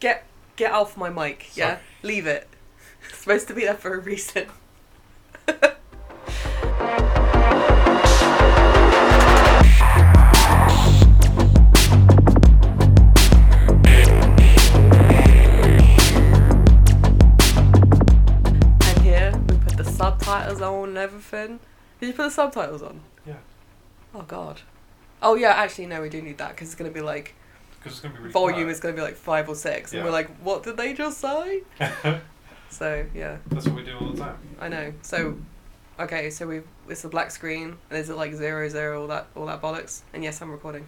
Get get off my mic. Yeah, Sorry. leave it. It's supposed to be there for a reason. And here we put the subtitles on and everything. Did you put the subtitles on? Yeah. Oh god. Oh yeah, actually no, we do need that because it's gonna be like Because it's going to be really volume is going quiet. to be like five or six, and Yeah. we're like, what did they just say? That's So yeah, what we do all the time. I know. So okay, so we it's a black screen, and is it like zero zero all that all that bollocks? And yes, I'm recording.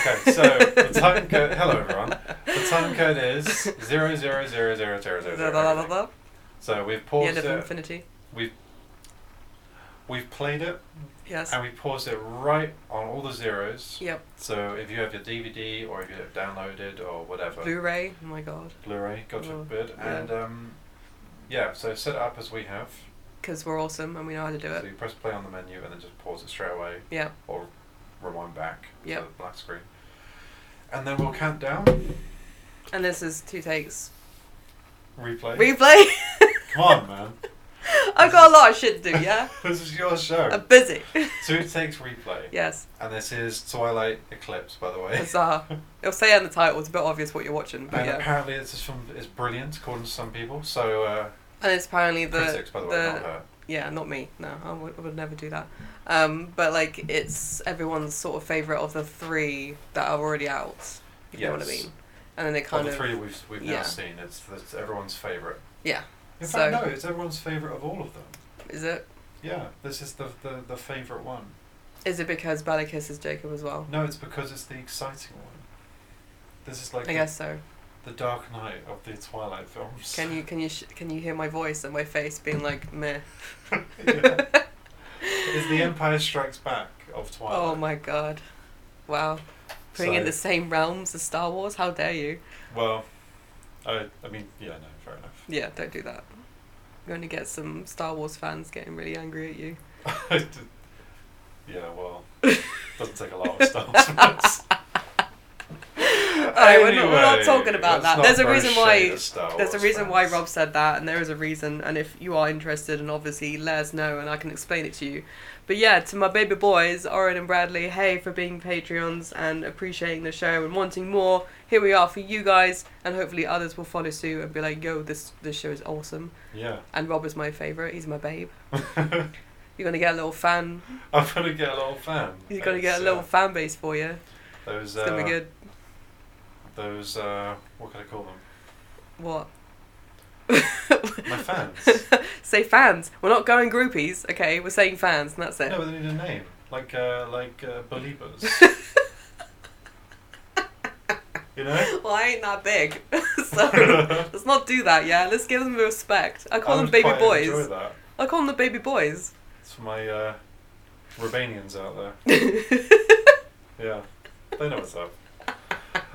Okay, so the time code. Hello, everyone. The time code is zero zero zero zero zero Da, zero. da, zero da, da, everything. da. So we've The paused end of it. infinity. We've we've played it Yes. and we paused it right on all the zeros. Yep. So if you have your DVD or if you have downloaded or whatever, Blu-ray. Oh my god. Blu-ray, gotcha, Oh, bit, yeah. and um, yeah. So set it up as we have. Because we're awesome and we know how to do So it. you press play on the menu and then just pause it straight away. Yeah. or rewind back Yep. to the black screen. And then we'll count down, And this is two takes. replay. Replay. Come on, man. I've got a lot of shit to do. Yeah. this is your show. I'm busy. Two takes replay. yes. And this is Twilight Eclipse, by the way. Bizarre. It'll say in the title. It's a bit obvious what you're watching, but And uh, yeah. apparently it's just from it's brilliant according to some people. So uh, And it's apparently the critics, by the, way, not her. yeah, not me. No, I would, I would never do that. Um, but like, it's everyone's sort of favorite of the three that are already out. If you know what I Yes. mean. And then they Of kind the of three we've we've yeah. now seen, it's, it's everyone's favourite. yeah, In So- fact, no, it's everyone's favourite of all of them. is it? Yeah, this is the the, the favourite one. Is it because Balak kisses Jacob as well? No, it's because it's the exciting one. This is like I the, guess so. the Dark Knight of the Twilight films. Can you can you sh- can you hear my voice and my face being like meh? yeah. It's the Empire Strikes Back of Twilight. Oh my god, wow! Putting in So- the same realms as Star Wars, how dare you? Well, I, I mean, yeah, no, fair enough. Yeah, don't do that. You're gonna get some Star Wars fans getting really angry at you. I did- yeah, well, doesn't take a lot of Star Wars films. Alright, we're, not, we're not Anyway, talking about let's that. not There's a throw reason shade why. at Star There's a Wars reason why fans. Rob said that, and there is a reason. And if you are interested, and obviously let us know, and I can explain it to you. But yeah, to my baby boys, Oren and Bradley, hey for being Patreons and appreciating the show and wanting more. Here we are for you guys, and hopefully others will follow suit and be like, "Yo, this this show is awesome." Yeah. And Rob is my favorite. He's my babe. I'm You're gonna get a little fan. gonna get a little fan. You're gonna base, get a yeah. little fan base for you. Those. It's gonna be Uh, good. those. Uh, what can I call them? What? My fans. Say fans. We're not going groupies, okay? We're saying fans, and that's it. no, but they need a name. Like, uh, like uh, believers. you know. Well, I ain't that big, so let's not do that. Yeah, let's give them the respect. I call I them would baby quite boys. Enjoy that. I call them the baby boys. It's for my uh, Romanians out there. Yeah, they know what's up.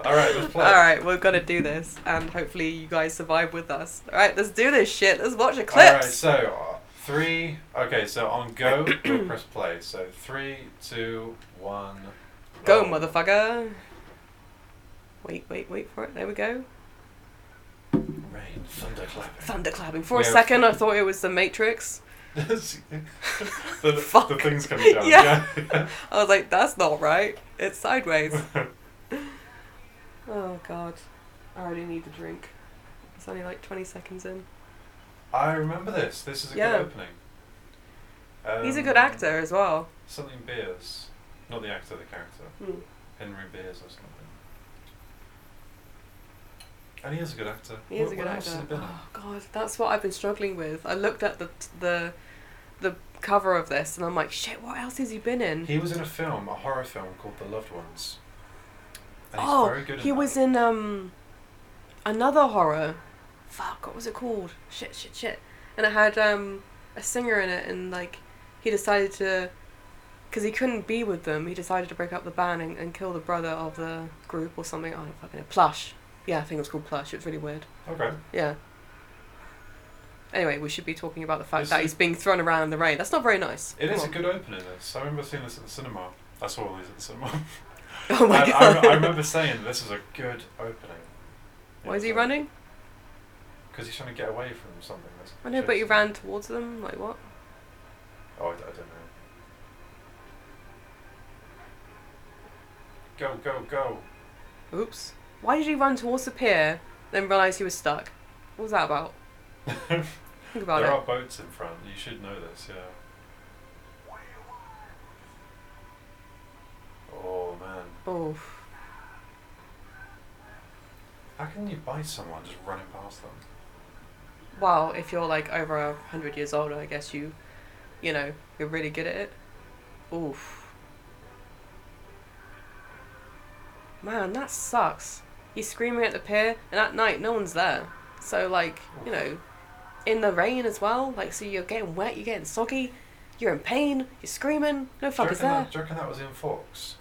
All right, let's play. All right, we're gonna do this, and hopefully you guys survive with us. All right, let's do this shit. Let's watch a All right, clips. so uh, three. Okay, so on go, we'll press play. So three, two, one. Go, roll. motherfucker. Wait, wait, wait for it. There we go. Rain, thunder, clapping. Thunder clapping. For a Yeah. second, I thought it was the Matrix. the, the, Fuck. the things coming down. Yeah. Yeah. I was like, that's not right. It's sideways. yeah. Oh god, I already need a drink. It's only like twenty seconds in. I remember this. This is a Yeah. good opening. Um, He's a good actor as well. Something Beers, not the actor, the character. Henry Beers or something. And he is a good actor. He is Wh- a good what else has actor. he been in? Oh god, that's what I've been struggling with. I looked at the the the cover of this and I'm like, shit, what else has he been in? He was in a film, a horror film called The Loved Ones. And he's oh, very good in he that. was in um another horror. Fuck, what was it called? Shit, shit, shit. And it had um a singer in it, and like he decided to, because he couldn't be with them, he decided to break up the band and, and kill the brother of the group or something. I don't fucking know. Plush. Yeah, I think it was called Plush. It was really weird. Okay. Yeah. Anyway, we should be talking about the fact This that is- he's being thrown around in the rain. That's not very nice. It Come is a on. good opening, this. I remember seeing this at the cinema. I saw these at the cinema. Oh my and I, god. re- I remember saying this is a good opening. Why is he running? Because he's trying to get away from something. That's I know, but he chasing him. ran towards them. Like what? Oh, I, d- I don't know. Go, go, go. Oops. Why did he run towards the pier, then realise he was stuck? What was that about? Think about there it. are boats in front. You should know this, yeah. Oh, man. Oh, How can you bite someone just running past them? well, if you're like over a hundred years old, I guess you, you know, you're really good at it. Oof. Man, that sucks. He's screaming at the pier, and at night no one's there. So like, you know, in the rain as well. Like, so you're getting wet, you're getting soggy, you're in pain, you're screaming. No fuck do, is you reckon there. that, do you reckon that was in Fox?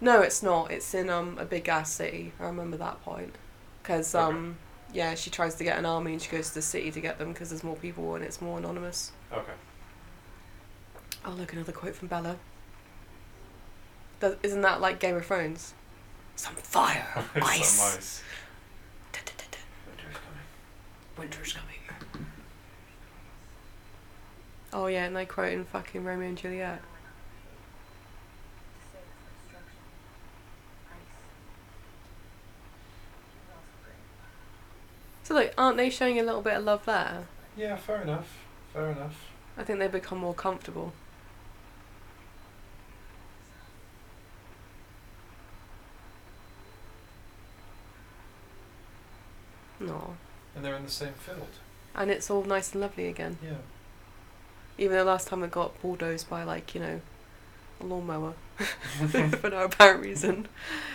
No, it's not. It's in um a big ass city. I remember that point. Because Okay. um yeah, she tries to get an army and she goes to the city to get them because there's more people and it's more anonymous. Okay. Oh look, another quote from Bella. That, isn't that like Game of Thrones? Some fire, Some ice. ice. Da-da-da-da. Winter's coming. Winter's coming. Oh yeah, and they quote in fucking Romeo and Juliet. So look, aren't they showing a little bit of love there? Yeah, fair enough. Fair enough. I think they become more comfortable. No. And they're in the same field. And it's all nice and lovely again. Yeah. Even though last time I got bulldozed by like, you know, a lawnmower for no apparent reason.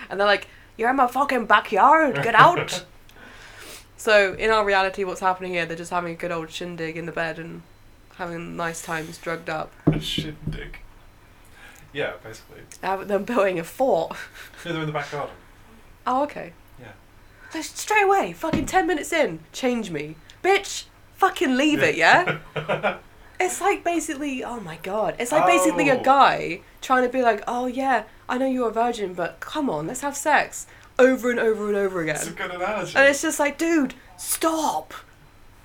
And they're like, You're in my fucking backyard, get out So in our reality what's happening here, they're just having a good old shindig in the bed and having nice times drugged up. A shindig. Yeah, basically. Uh, They're building a fort. No, they're in the back garden. Oh, okay. Yeah. So straight away, fucking ten minutes in, change me. Bitch, fucking leave it, yeah? It's like basically, oh my god. It's like basically a Oh. guy trying to be like, oh yeah, I know you're a virgin, but come on, let's have sex. Over and over and over It's a again. good analogy. And it's just like, dude, stop.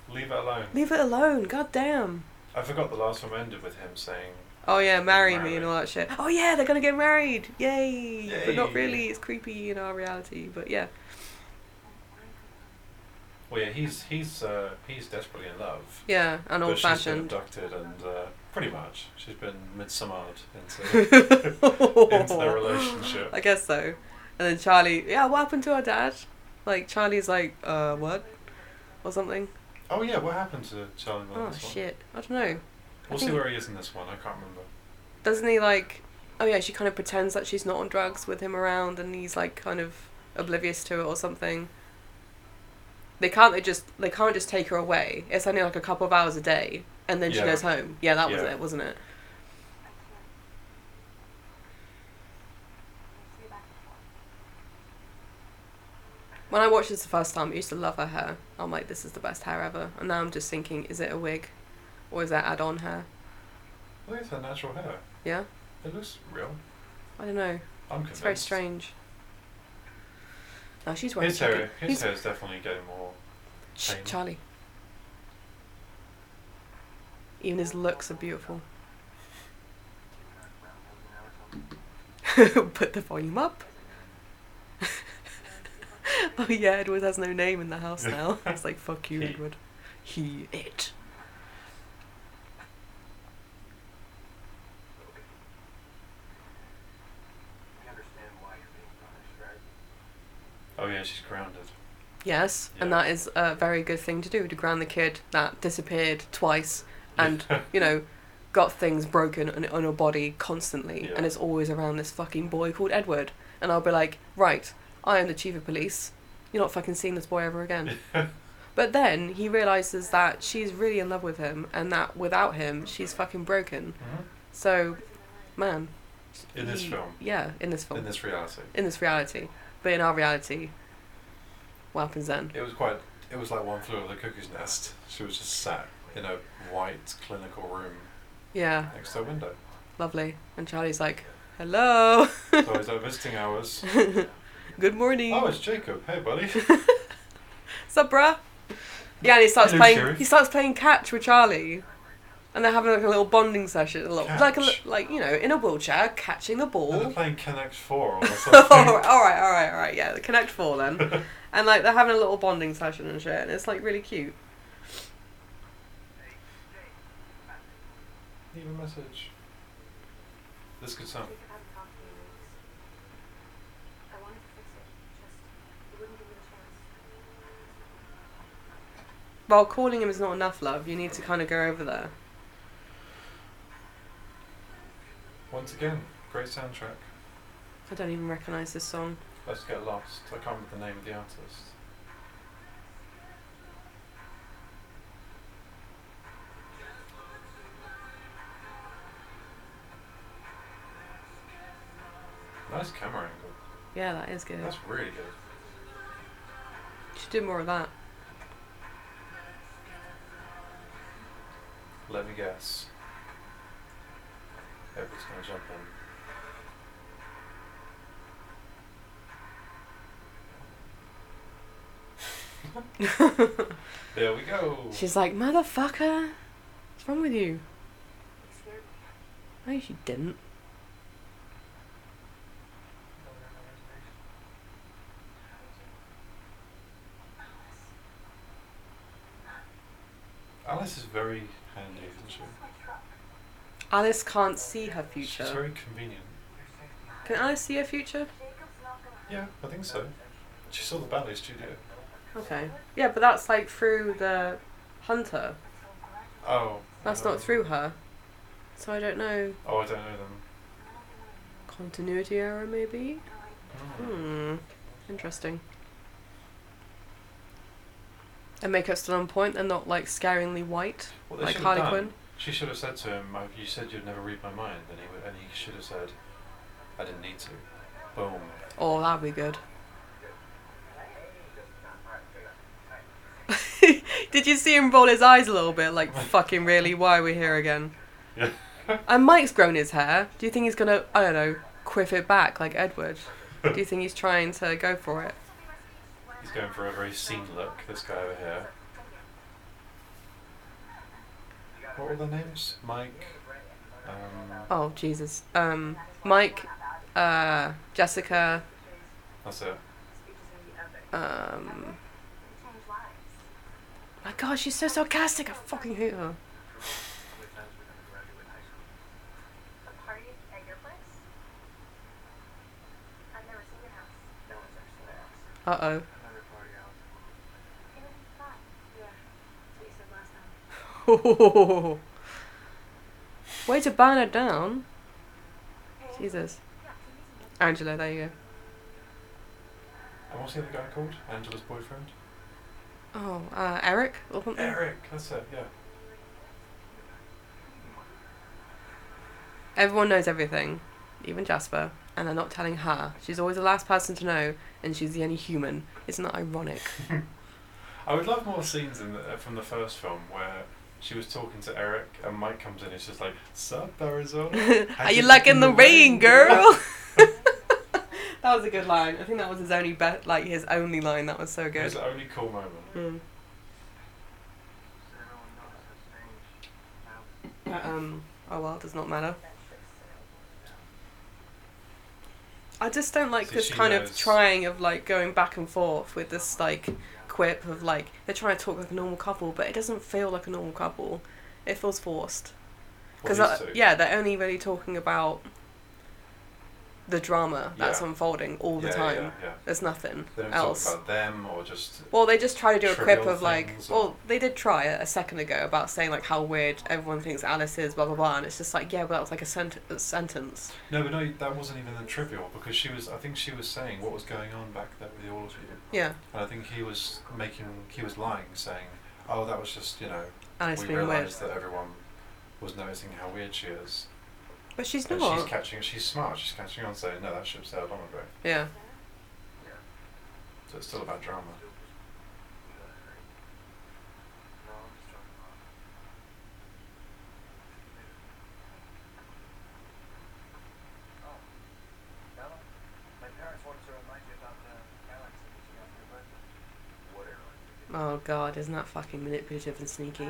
Leave it alone. Leave it alone. God damn. I forgot the last one ended with him saying, Oh yeah, marry me Marry. and all that shit. Oh yeah, they're gonna get married. Yay. But not Yay. really. It's creepy in our reality. But yeah. "Well, yeah, he's he's uh, he's desperately in love, Yeah, and but old she's been fashioned. abducted and uh, pretty much she's been midsummered into into their I relationship." guess so. And then Charlie, yeah, what happened to our dad? Like Charlie's like, uh, what? Or something. Oh yeah, what happened to Charlie? Miller in Oh this one? shit! I don't know. We'll I see think- where he is in this one. I can't remember. Doesn't he like? Oh yeah, she kind of pretends that she's not on drugs with him around, and he's like kind of oblivious to it or something. They can't. They just. They can't just take her away. It's only like a couple of hours a day, and then she Yeah. goes home. Yeah, that was Yeah. it, wasn't it? When I watched this the first time, I used to love her hair. I'm like, this is the best hair ever. And now I'm just thinking, is it a wig, or is that add-on hair? I think it's her natural hair. Yeah, It looks real. I don't know. I'm convinced. It's very strange. No, she's wearing. His hair, jacket. his He's- hair is definitely getting more. Shh, pain. Charlie. Even his looks are beautiful. Put the volume up. oh yeah, Edward has no name in the house now. It's like fuck you, He. Edward. He it. Oh yeah, she's grounded. Yes, and Yeah. that is a very good thing to do to ground the kid that disappeared twice and, you know, got things broken on, on your body constantly Yeah. and it's always around this fucking boy called Edward. And I'll be like, right, I am the chief of police. You're not fucking seeing this boy ever again. Mm-hmm. but then he realizes that she's really in love with him and that without him, she's fucking broken. Mhm. So, man. In this he- film. Yeah, in this film. In this reality, in this reality. But in our reality, what happens then? it was quite. It was like one flew over the cuckoo's nest. She was just sat in a white clinical room Yeah, next to a window. lovely. And Charlie's like, hello. So I was at visiting hours. Good morning. Oh, it's Jacob. Hey, buddy. Sup, bruh? Yeah, and he starts Hello, playing. Sherry. He starts playing catch with Charlie, and they're having like a little bonding session. A little, like a li- Catch. like you know, in a wheelchair, catching the Are they ball. playing Connect 4 or all right, something? all right, all right, all right. Yeah, the Connect Four then, and like they're having a little bonding session and shit, and it's like really cute. Leave a message. This could sound. While calling him is not enough, love. You need to kind of go over there. Once again, great soundtrack. I don't even recognise this song. Let's Get Lost. I can't remember the name of the artist. Nice camera angle. Yeah, that is good. That's really good. Should do more of that. Let me guess. Everybody's gonna jump in. There we go. She's like, motherfucker, what's wrong with you? No, she didn't. Alice is very handy, isn't she? Alice can't see her She's future. very convenient. Can Alice see her future? Yeah, I think so. She saw the ballet studio. Okay. Yeah, but that's like through the hunter. Oh. That's no. not through her. So I don't know. Oh, I don't know them. Continuity error, maybe? Mm. Hmm. Interesting. And makeup's still on point. They're not like scaringly white, What they like should Harley have done, Quinn. she should have said to him, "Oh, "You said you'd never read my mind," and he would, and he should have said, "I didn't need to." Boom. Oh, that'd be good. Did you see him roll his eyes a little bit? Like, fucking really, why are we here again? Yeah. And Mike's grown his hair. Do you think he's gonna, I don't know, quiff it back like Edward? Do you think he's trying to go for it? He's going for a very scene look. This guy over here. What were the names? Mike. Um, Oh, Jesus. Um, Mike, uh, Jessica, that's it. um. My god, she's so sarcastic. I fucking hate her. Uh oh. Way to burn her down. Jesus. Angela, there you And what's the other guy called? Angela's boyfriend. go. Oh, uh, Eric or something? Eric. That's it. Yeah. Everyone knows everything, even Jasper, and they're not telling her. She's always the last person to know, and she's the only human. Isn't that ironic? I would love more scenes in the, uh, from the first film where she was talking to Eric and Mike comes in. and It's just like, "Sup, Arizona." Are you liking the rain, girl? that was a good line. I think that was his only bet, like his only line. That was so It was good. the only cool moment. Mm. But, um, oh well, it does not matter. I just don't like So this she kind of knows- trying of like going back and forth with this like quip of like they're trying to talk like a normal couple, but it doesn't feel like a normal couple. It feels forced Well, because these two. yeah, they're only really talking about the drama that's Yeah. unfolding all the Yeah, time. Yeah, yeah. There's nothing They don't else. talk about them or just Well, they just try to do a Trivial quip of like, things or- well, they did try it a second ago about saying like how weird everyone thinks Alice is, blah blah blah, and it's just like, yeah, well, that was like a, sent- a sentence. no, but no, that wasn't even the trivial because she was. I think she was saying what was going on back there with all of you, Yeah, and I think he was making he was lying, saying, "Oh, that was just you know Alice we being weird, realised that everyone was noticing how weird she is." but she's And not. she's catching. She's smart. She's catching on, saying, "No, that ship sailed long ago." yeah, So it's still about drama. My parents wanted to remind you about the Oh god, isn't that fucking manipulative and sneaky?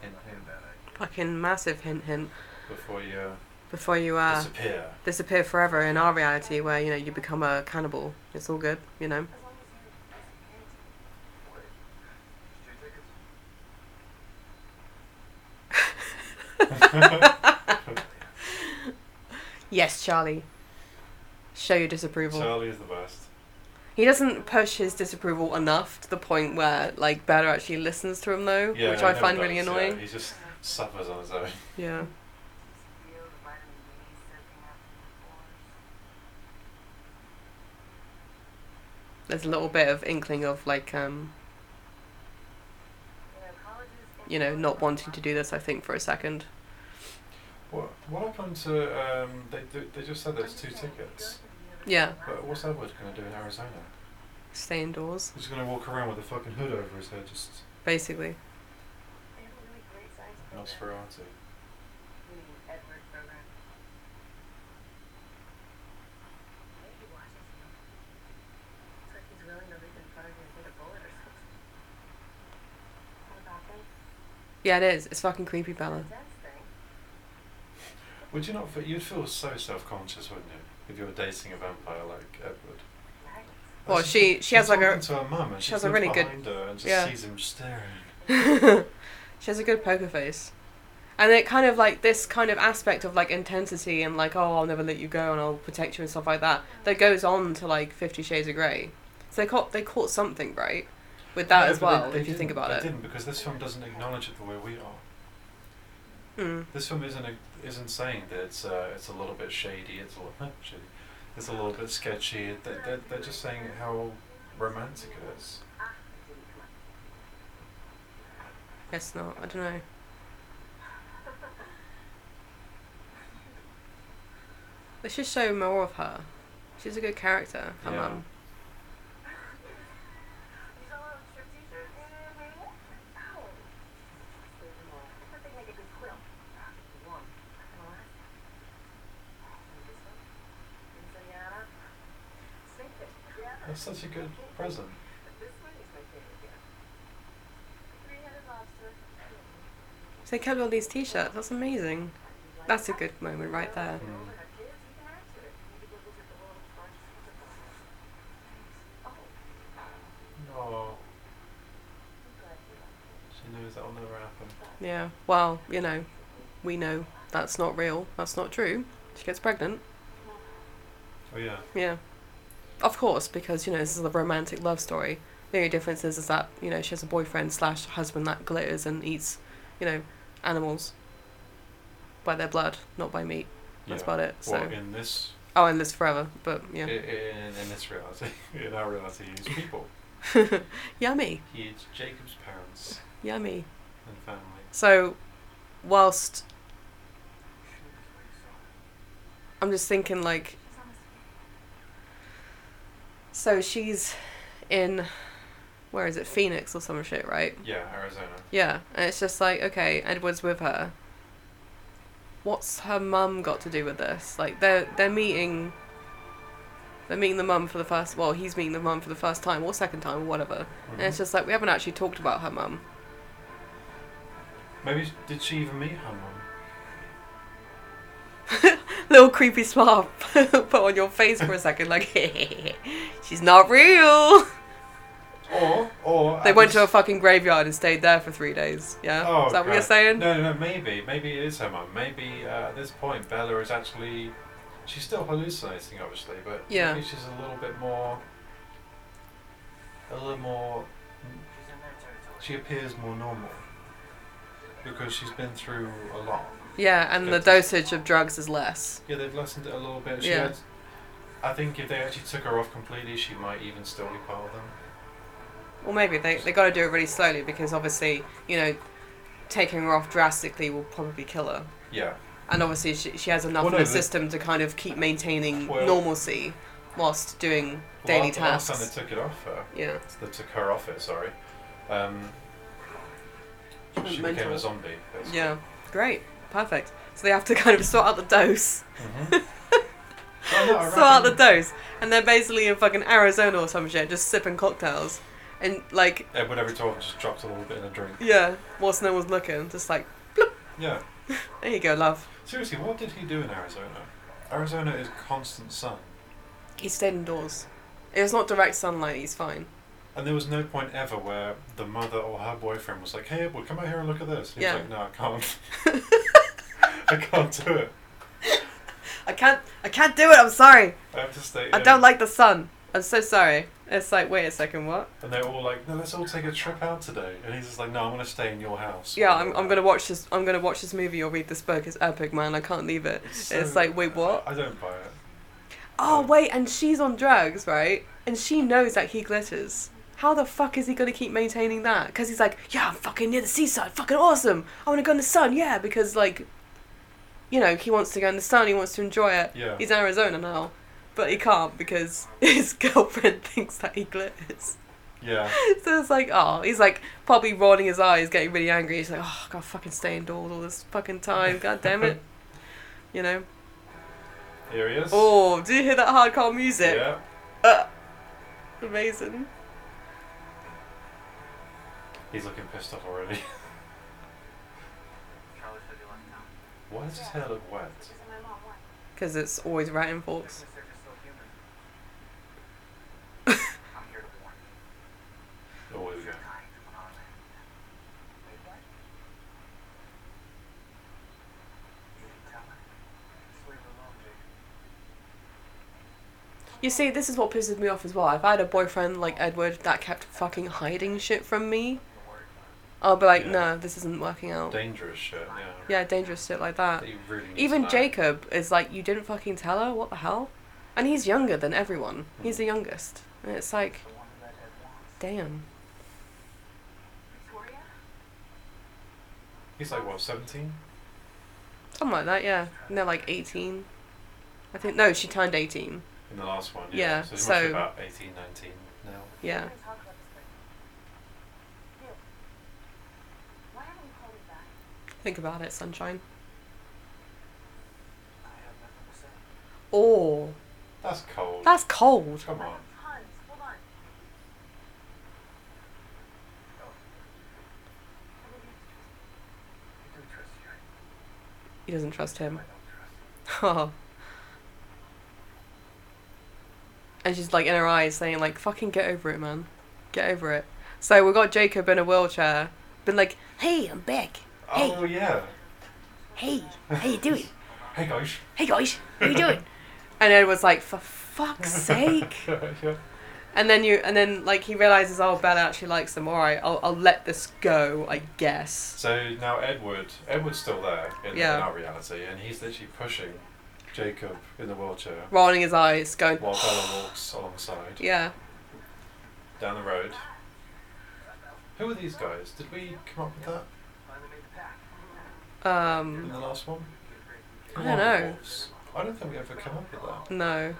Hint, hint. Fucking massive hint hint Before you uh, before you uh, disappear. disappear forever in our reality where, you know, you become a cannibal. It's all good, you know? Yes, Charlie. Show your disapproval. Charlie is the best. He doesn't push his disapproval enough to the point where like Bella actually listens to him though, Yeah, which he I never find does, really yeah. annoying. He just suffers on his own. Yeah. There's a little bit of inkling of like um you know not wanting to do this. I think for a second. What what happened to um? They do- they just said there's two tickets. Yeah. But what's Edward gonna do in Arizona? Stay indoors, He's gonna walk around with a fucking hood over his head, just basically. Nosferatu. Yeah, it is. It's fucking creepy, Bella. Would you not? Feel, you'd feel so self-conscious, wouldn't you, if you were dating a vampire like Edward? Well, Like, she- she has she's like a- talking to her mum, and she she has has a really good- behind her and just yeah. sees him staring. she has a good poker face. And it kind of like this kind of aspect of like intensity and like, oh, I'll never let you go and I'll protect you and stuff like that, that goes on to like Fifty Shades of Grey. So they caught, they caught something, right? With that No, as but they- well, they if you think didn't- about they it. didn't because this film doesn't acknowledge it the way we are. Mm. This film isn't isn't saying that it's uh, it's a little bit shady. It's a little shady. It's a little bit sketchy. They're, they're, they're just saying how romantic it is. Guess not. I don't know. They should show more of her. She's a good character, her Yeah. mum. Mm-hmm. That's such a good present. So they kept all these t shirts. That's amazing. That's a good moment right there. Mm. Oh, she knows that will never happen. Yeah. Well, you know, we know that's not real. That's not true. She gets pregnant. Oh yeah, Yeah. Of course, because you know this is a romantic love story. The only difference is, is that you know she has a boyfriend slash husband that glitters and eats, you know, animals. By their blood, not by meat. That's yeah. about it. So Well, in this oh, and lives forever. But yeah, i- in, in this reality, in our reality, he's people. yummy, He is Jacob's parents yummy. and family. So, whilst I'm just thinking like So she's in where is it? Phoenix or some shit, right? Yeah, Arizona. Yeah. And it's just like, okay, Edward's with her. What's her mum got to do with this? Like they're they're meeting they're meeting the mum for the first well, he's meeting the mum for the first time or second time or whatever. And it's Mhm. just like we haven't actually talked about her mum. Maybe sh- did she even meet her mum? Little creepy smile put on your face for a second, like she's not real. Or or They at went to a least- fucking graveyard and stayed there for three days. Yeah, Oh, is that what you're God. saying? No, no, no, maybe. Maybe it is her mum. Maybe uh, at this point, Bella is actually. She's still hallucinating, obviously, but Yeah. maybe she's a little bit more. A little more. She appears more normal. Because she's been through a lot. Yeah, and the Good. dosage of drugs is less. Yeah, they've lessened it a little bit. She Yeah. had, I think if they actually took her off completely, she might even still be part of them. Well, maybe they they got to do it really slowly because obviously you know taking her off drastically will probably kill her. Yeah. And obviously she she has enough Well, in no, the the- system to kind of keep maintaining Well- normalcy whilst doing Well, daily after the last time tasks. they took it off her, Yeah, that took her off it, sorry. Um, She became mental. a zombie. Basically. Yeah, great, perfect. So they have to kind of sort out the dose, Mhm. Well, no, I sort out the reckon dose, and they're basically in fucking Arizona or some shit, just sipping cocktails, and like Edward every time just drops a little bit in a drink. yeah, whilst no one's looking, just like Yeah. there you go, love. Seriously, what did he do in Arizona? Arizona is constant sun. He stayed indoors. It was not direct sunlight. He's fine. And there was no point ever where the mother or her boyfriend was like, "Hey, Edward, come out here and look at this." And he Yeah. was like, "No, I can't. I can't do it. I can't. I can't do it. I'm sorry. I have to stay." I in." don't like the sun. I'm so sorry. It's like wait a second, what? And they're all like, "No, let's all take a trip out today." And he's just like, "No, I'm gonna stay in your house." Yeah, I'm, I'm gonna watch this. I'm gonna watch this movie or read this book. It's epic, man. I can't leave it. it's like, wait, what? I don't buy it. Oh wait, and she's on drugs, right? And she knows that he glitters. How the fuck is he gonna keep maintaining that? Because he's like, yeah, I'm fucking near the seaside, fucking awesome. I wanna go in the sun, yeah, because like, you know, he wants to go in the sun, he wants to enjoy it. Yeah. He's in Arizona now, but he can't because his girlfriend thinks that he glitters. Yeah. So it's like, oh, he's like probably rolling his eyes, getting really angry. He's like, oh, I gotta fucking stay indoors all this fucking time. God damn it. You know? Here he is. Oh, do you hear that hardcore music? Yeah. Uh, amazing. He's looking pissed off already. Charlie said he left town. Why does his hair look wet? Because it's always rat in Just forks. because they're just so human. I'm here to warn you. Oh, there we go. Kind of odd. Wait, what? You didn't tell her. Just leave her alone, Jake. You see, this is what pisses me off as well. If I had a boyfriend like Edward that kept fucking hiding shit from me, Don't worry about it. I'll be like, Yeah. no, this isn't working out. Dangerous shit. Yeah. Oh. Yeah, dangerous shit like that. He really needs Even that. Jacob is like, you didn't fucking tell her? What the hell? And he's younger than everyone. He's the youngest. And it's like, The one that Ed wants. damn. Victoria? He's like what, seventeen? Something like that, yeah. And they're like 18. I think, no, she turned 18. In the last one. Yeah, So he must so- be about 18, 19 now. Yeah. Think about it, sunshine. I have nothing to say. Oh, That's cold. that's cold. Come on. I do trust you. He doesn't trust I him. don't trust you. and she's like in her eyes saying like, fucking get over it, man. Get over it. So we got Jacob in a wheelchair. Been like, hey, I'm back. Hey. Oh yeah. Hey, how you doing? Hey guys. Hey guys, how you doing? and Edward's like, for fuck's sake. yeah. And then you, and then like he realizes, oh, Bella actually likes him. All right, I'll, I'll let this go, I guess. So now Edward, Edward's still there in, Yeah. in our reality, and he's literally pushing Jacob in the wheelchair Rolling his eyes, going, while Bella walks alongside yeah. down the road. Who are these guys? Did we come up with that Finally made the pack. in Um, the last one? I don't know. Mm. Wolves. I don't think we ever come up with that. no.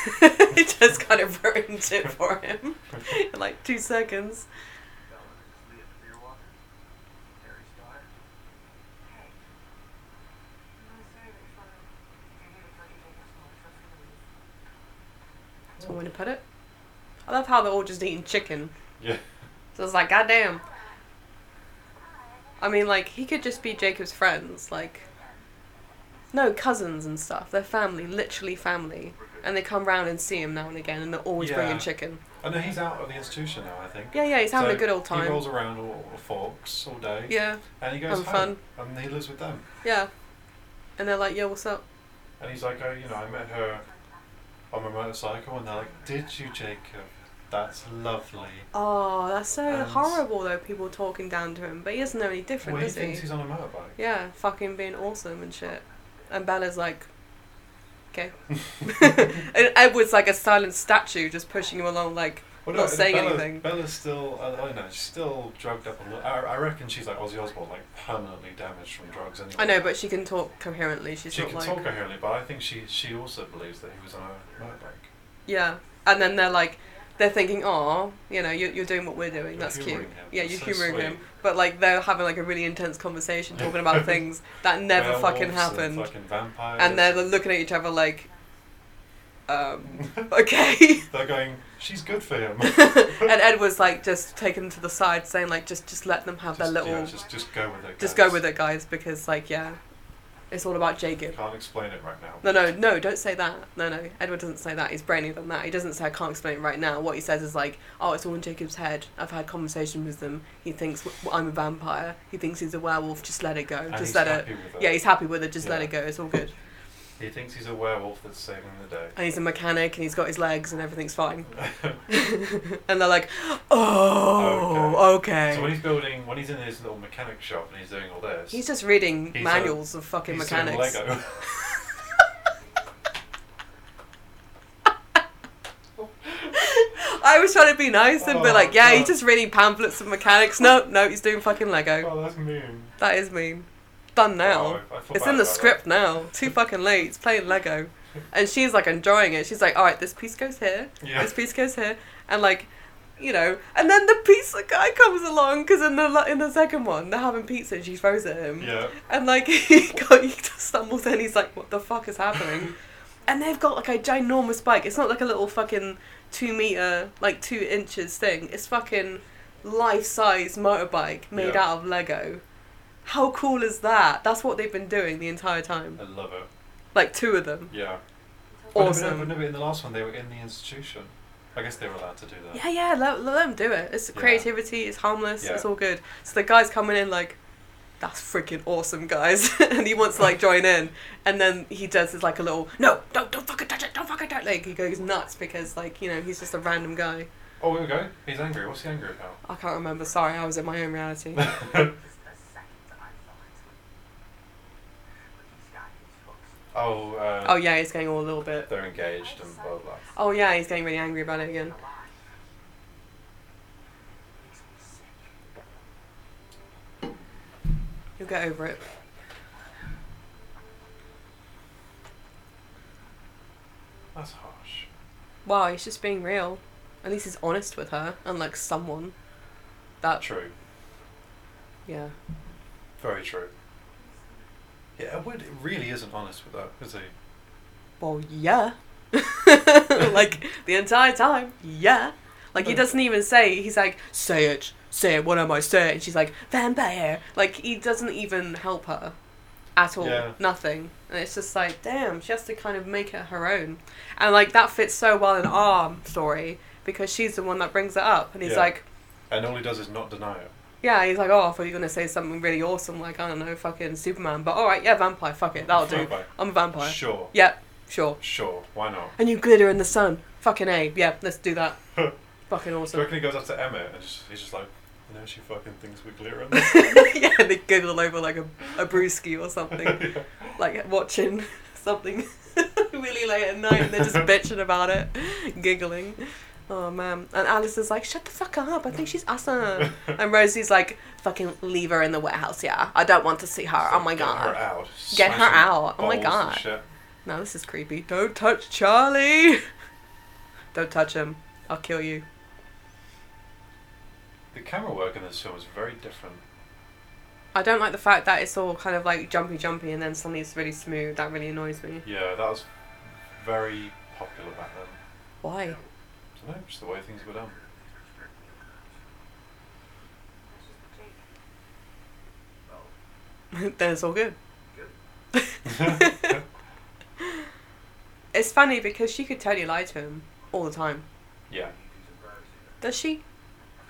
it just kind of ruined it for him in like two seconds. Bella is Leah Clearwater, Terry's daughter. That's one way to put it. I love how they're all just eating chicken. Yeah. So it's like, goddamn. I mean, like, he could just be Jacob's friends, like, no, cousins and stuff. They're family, literally family. And they come round and see him now and again, and they're always Yeah. bringing chicken. I know Oh, he's out of the institution now. I think. Yeah, yeah, he's having So a good old He time. rolls around all all forks all day. Yeah, And he goes Having home, and he lives with them. yeah. And they're like, yo, what's up? And he's like, oh, you know, I met her on my motorcycle, and they're like, did you, Jacob? That's lovely. Oh, that's so And- horrible, though, people talking down to him. But he doesn't know any different, well, he does he? thinks he's on a motorbike. Yeah, fucking being awesome and shit. And Bella's like, okay. and Edward's like a silent statue, just pushing him along, like, Well, Not saying Bella- anything. Bella's still, I don't know, she's still drugged up a little. I, I reckon she's like Ozzy Osbourne, like permanently damaged from drugs anyway. I know, but she can talk coherently. She's she not can like, talk coherently, but I think she she also believes that he was on a motorbike. yeah. And then they're like, they're thinking, "Oh, you know, you're, you're doing what we're doing. You're That's cute." humouring him. Yeah, That's you're so humouring sweet. him, but like they're having like a really intense conversation talking about things that never fucking Werewolves and happened, Fucking vampires. and they're looking at each other like, um, "Okay." They're going. She's good for him. and Ed was like just taken to the side, saying like, "Just just let them have Just, their little, yeah, just, just, just go with it. go with it, guys," because like yeah, it's all about Jacob. Can't explain it right now. No, no, no, don't say that. No, no, Edward doesn't say that. He's brainier than that. He doesn't say, I can't explain it right now. What he says is like, oh, it's all in Jacob's head. I've had conversations with them. He thinks w- I'm a vampire. He thinks he's a werewolf. Just let it go. And Just he's let it. happy with it. Yeah, he's happy with it. Just let Yeah. it go. It's all good. He thinks he's a werewolf that's saving the day. And he's a mechanic and he's got his legs and everything's fine. and they're like, oh, okay. So when he's building, when he's in his little mechanic shop and he's doing all this, He's just reading He's a- manuals of fucking he's doing mechanics. Lego. I was trying to be nice and be Oh, like, yeah, he's God. just reading pamphlets of mechanics. No, no, he's doing fucking Lego. oh, that's mean. That is mean. Done now. Oh, I- I feel it's bad in the about script now. Too fucking late. It's playing Lego. And she's like enjoying it. She's like, all right, this piece goes here. that. Yeah. This piece goes here. And like, you know, and then the pizza guy comes along because in the lo- in the second one they're having pizza and she throws at him. Yeah. And like he, got, he just stumbles in. He's like, what the fuck is happening? and they've got like a ginormous bike. It's not like a little fucking two meter, like two inches thing. It's fucking life size motorbike made Yeah. out of Lego. How cool is that? That's what they've been doing the entire time. I love it. Like two of them. Yeah. Awesome. But no, but no, but in the last one, they were in the institution. I guess they were allowed to do that. Yeah, yeah, let, let them do it. It's Yeah. creativity, it's harmless, Yeah. it's all good. So the guy's coming in like, that's freaking awesome, guys. and he wants to like join in. And then he does his like a little, no, don't, don't fucking touch it, don't fucking touch it. Like he goes nuts because like, you know, he's just a random guy. Oh, here we go. He's angry. What's he angry about? I can't remember, sorry, I was in my own reality. Oh, uh, oh yeah, he's getting all a little bit. they're engaged and blah blah. Oh yeah, he's getting really angry about it again. You'll get over it. That's harsh. Wow, he's just being real. At least he's honest with her, unlike someone. That, True. yeah. Very true. Yeah, Edward really isn't honest with that, is he? Well, yeah. like the entire time, yeah. Like he doesn't even say. He's like, say it, say it. What am I saying? And she's like, vampire. Like he doesn't even help her at all. Yeah. Nothing. And it's just like, damn, she has to kind of make it her own. And like that fits so well in our story because she's the one that brings it up. And he's Yeah. like, And all he does is not deny it. yeah. He's like, oh, I thought you were gonna say something really awesome, like I don't know, fucking Superman. But all right, yeah, vampire. Fuck it, that'll do. Vampire. I'm a vampire. Sure. Yep, sure Sure. Why not? and you glitter in the sun. Fucking A. Yeah, let's do that. Fucking So I awesome. reckon he goes up to Emmett and just, he's just like, you know, she fucking thinks we're clear on this. yeah, they giggle over like a, a brewski or something, Yeah. like watching something really late at night and they're just bitching about it, giggling. Oh man. And Alice is like, shut the fuck up. I think she's awesome. And Rosie's like, fucking leave her in the warehouse. Yeah, I don't want to see her. Oh my Get her god. out. Get her Smashing out. Oh my bowls and God. shit. No, this is creepy. Don't touch Charlie. Don't touch him. I'll kill you. The camera work in this film is very different. I don't like the fact that it's all kind of like jumpy, jumpy, and then suddenly it's really smooth. That really annoys me. Yeah, that was very popular back then. Why? I don't know, just the way things were done. then it's all good. it's funny because she could totally lie to him all the time. Yeah. Does she?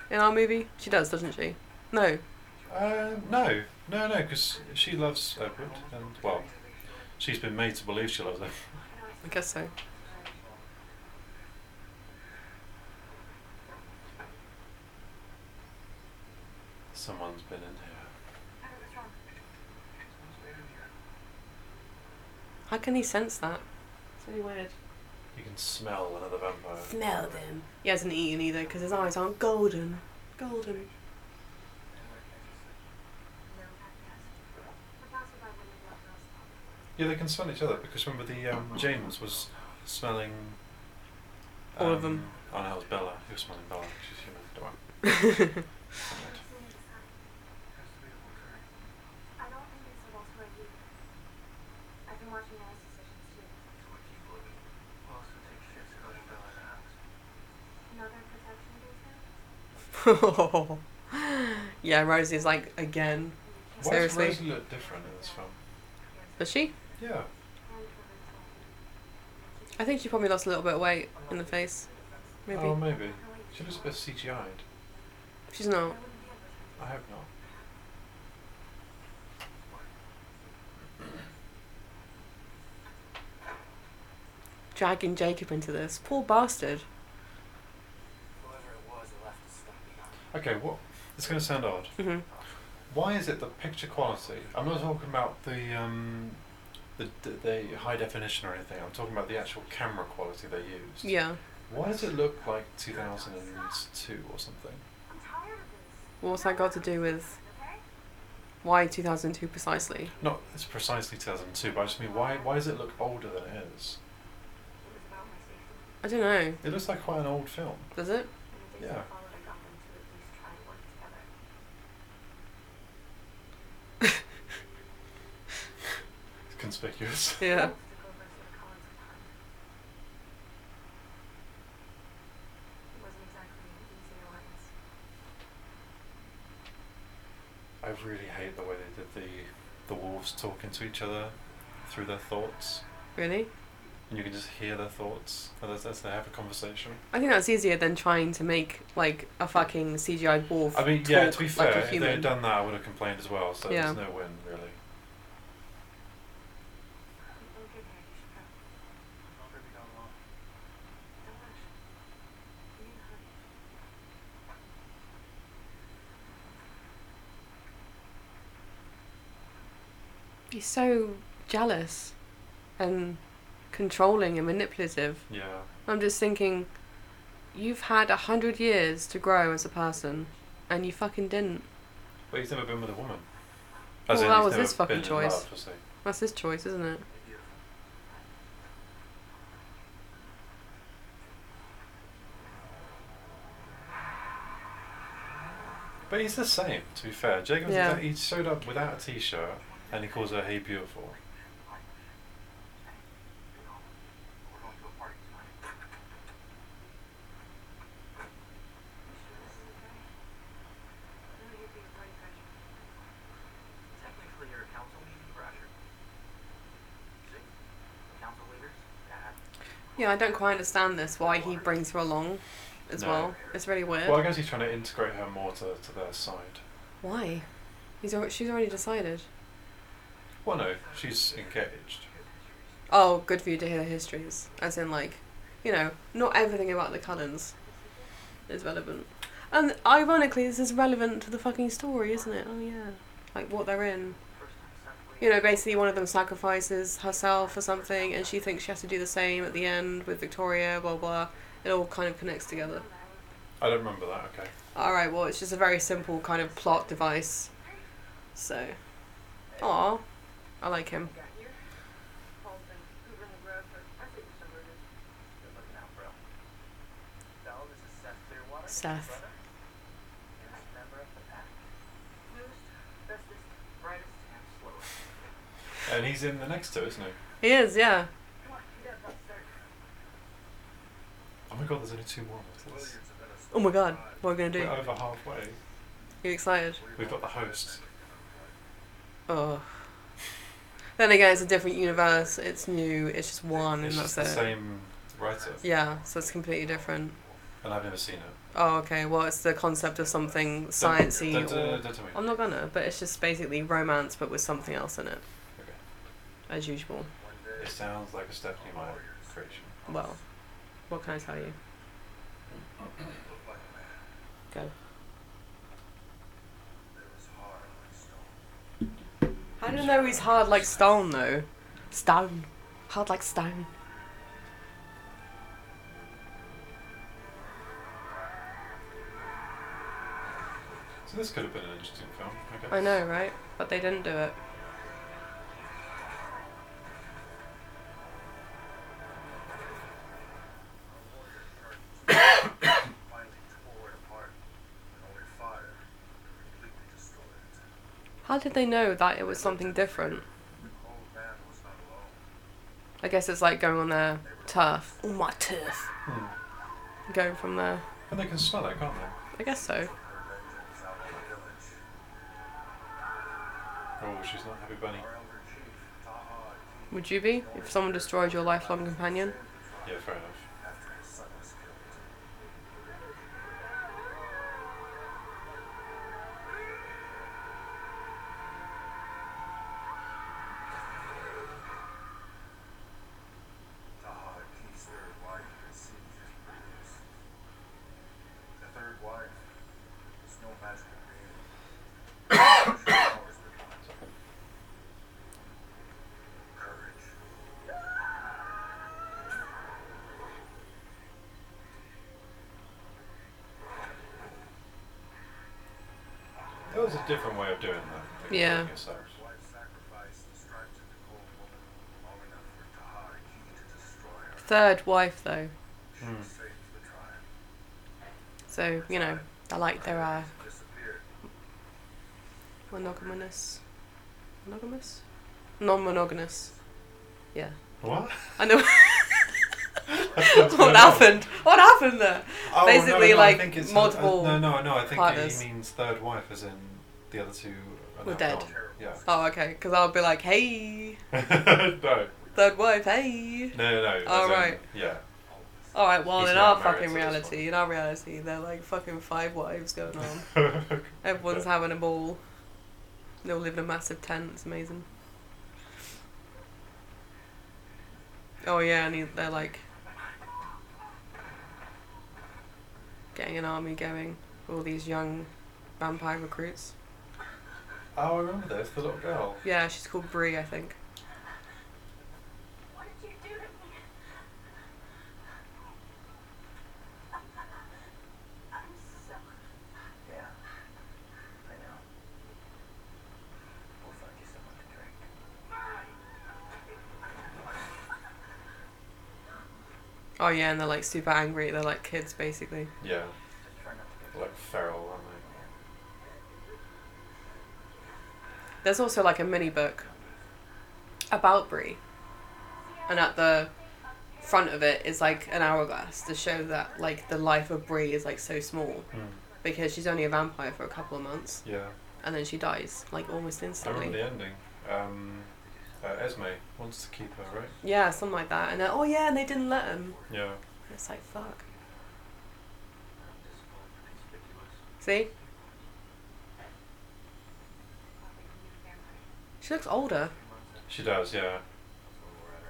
In our movie, she does, doesn't she? No. Uh, no, no, no, because she loves Edward, and well, she's been made to believe she loves him. I guess so. Someone's been in here. How can he sense that? It's really weird. You can smell another vampire. Smell them. He hasn't eaten either because his eyes aren't golden. Golden. Yeah, they can smell each other because remember the um, James was smelling All of them. Oh no, it was Bella. He was smelling Bella. She's human. Don't worry. Alright. I don't think it's the best way you. I've been watching Alice's decisions too. Another protection basement? yeah, Rosie's like, again. Why Seriously? does Rosie look different in this film? Does she? Yeah. And for rental. I think she probably lost a little bit of weight in the face. Maybe. Oh, maybe. She looks a bit CGI'd. She's not. I hope not. Dragging Jacob into this. Poor bastard. Okay, what? It's going to sound odd. hmm Why is it the picture quality? I'm not talking about the um, the, the, the high definition or anything. I'm talking about the actual camera quality they used. Yeah. Why does it look like 2002 or something? I'm tired of this, What's that got to do with okay? why 2002 precisely? Not it's precisely 2002, but I just mean why why does it look older than it is? It was about my safety. I don't know. It looks like quite an old film. Does it? And it didn't Yeah. follow I got them to at least try to work together. It's conspicuous. Yeah. To go over to the Collins apartment. It wasn't exactly an easy alliance. I really hate the way they did the the wolves talking to each other through their thoughts, Really? and you can just hear their thoughts as, as they have a conversation. I think that's easier than trying to make like a fucking CGI wolf. I mean, yeah. To be talk like fair, a if they human. had done that, I would have complained as well. So Yeah. there's no win really. You don't get there, you should go. Don't rush. You need a hug. He's so jealous and controlling and manipulative. Yeah. I'm just thinking, you've had a hundred years to grow as a person, and you fucking didn't. But he's never been with a woman. Well, in, that he's was never his fucking been in choice. love, was he? That's his choice, isn't it? But he's the same, to be fair. Jacob's Yeah. yeah. he showed up without a t shirt and he calls her Hey Beautiful. Yeah, I don't quite understand this. Why he brings her along, as No. well. It's really weird. Well, I guess he's trying to integrate her more to, to their side. Why? He's alre she's already decided. Well, no, she's engaged. Oh, good for you to hear the histories. As in, like, you know, not everything about the Cullens is relevant. And ironically, this is relevant to the fucking story, isn't it? Oh, yeah. Like, what they're in. You know, basically, one of them sacrifices herself or something, and she thinks she has to do the same at the end with Victoria, blah, blah. It all kind of connects together. I don't remember that, okay. Alright, well, it's just a very simple kind of plot device. So. Aw. I like him. Seth. And he's in the next two, isn't he? He is, yeah. Oh my god, there's only two more. of us. Oh my god, what are we gonna do? We're over halfway. You excited? We've got the host. Oh. Then again, it's a different universe. It's new. It's just one, It's and just that's the it. same writer, Yeah, so it's completely different. and I've never seen it. Oh, okay. Well, it's the concept of something sciencey. Don't, uh, or... don't, don't tell me. I'm not gonna, but it's just basically romance, but with something else in it, Okay. as usual. It sounds like a Stephanie Meyer creation. Well, what can I tell you? Go. How do you know he's hard like stone though? Stone, hard like stone. So this could have been an interesting film. Okay. I know, right? But they didn't do it. How did they know that it was something different? I guess it's like going on their turf. All Oh my turf. Hmm. Going from there. And they can smell it, can't I they? guess so. Oh, she's not happy bunny. Would you be if someone destroyed your lifelong companion? Yeah, fair enough. Courage. There was a different way of doing that. like, Yeah. like Osiris. Life sacrifice described to the cold woman long enough for Tahar Key to destroy her. Third wife though. She Hmm. saved the tribe. So, you know, I like their uh Disappeared. monogamous monogamous? Non monogamous. Yeah. What? I know what happened. What happened there? Oh, Basically, like, I think it's multiple Uh, no, no, no. I think partners. he means third wife, as in the other two. Are Were now dead. gone. Yeah. Oh, okay. Because I'll be like, hey, no, third wife, hey. no, no. no. as Oh, in, right. Yeah. All right. Well, He's in not our married fucking to this one. reality, in our reality, they're like fucking five wives going on. Oh, Everyone's Yeah. having a ball. They all live in a massive tent. It's amazing. Oh yeah, and he, they're like getting an army going. All these young vampire recruits. Oh, I remember this. The little girl. Yeah, she's called Bree, I think. What did you do to me? I'm so. Yeah. I know. We'll find you someone to drink. Oh yeah, and they're like super angry. They're like kids basically. Yeah. Just try not to get Like feral, aren't they? There's also like a mini book about Brie, and at the front of it is like an hourglass to show that like the life of Brie is like so small because she's only a vampire for a couple of months Yeah. and then she dies like almost I remember instantly. the ending. Um, uh, Esme wants to keep her, right? Yeah, something like that. And then oh yeah, and they didn't let him. Yeah. And it's like fuck. conspicuous. See, she looks older. She does. Yeah.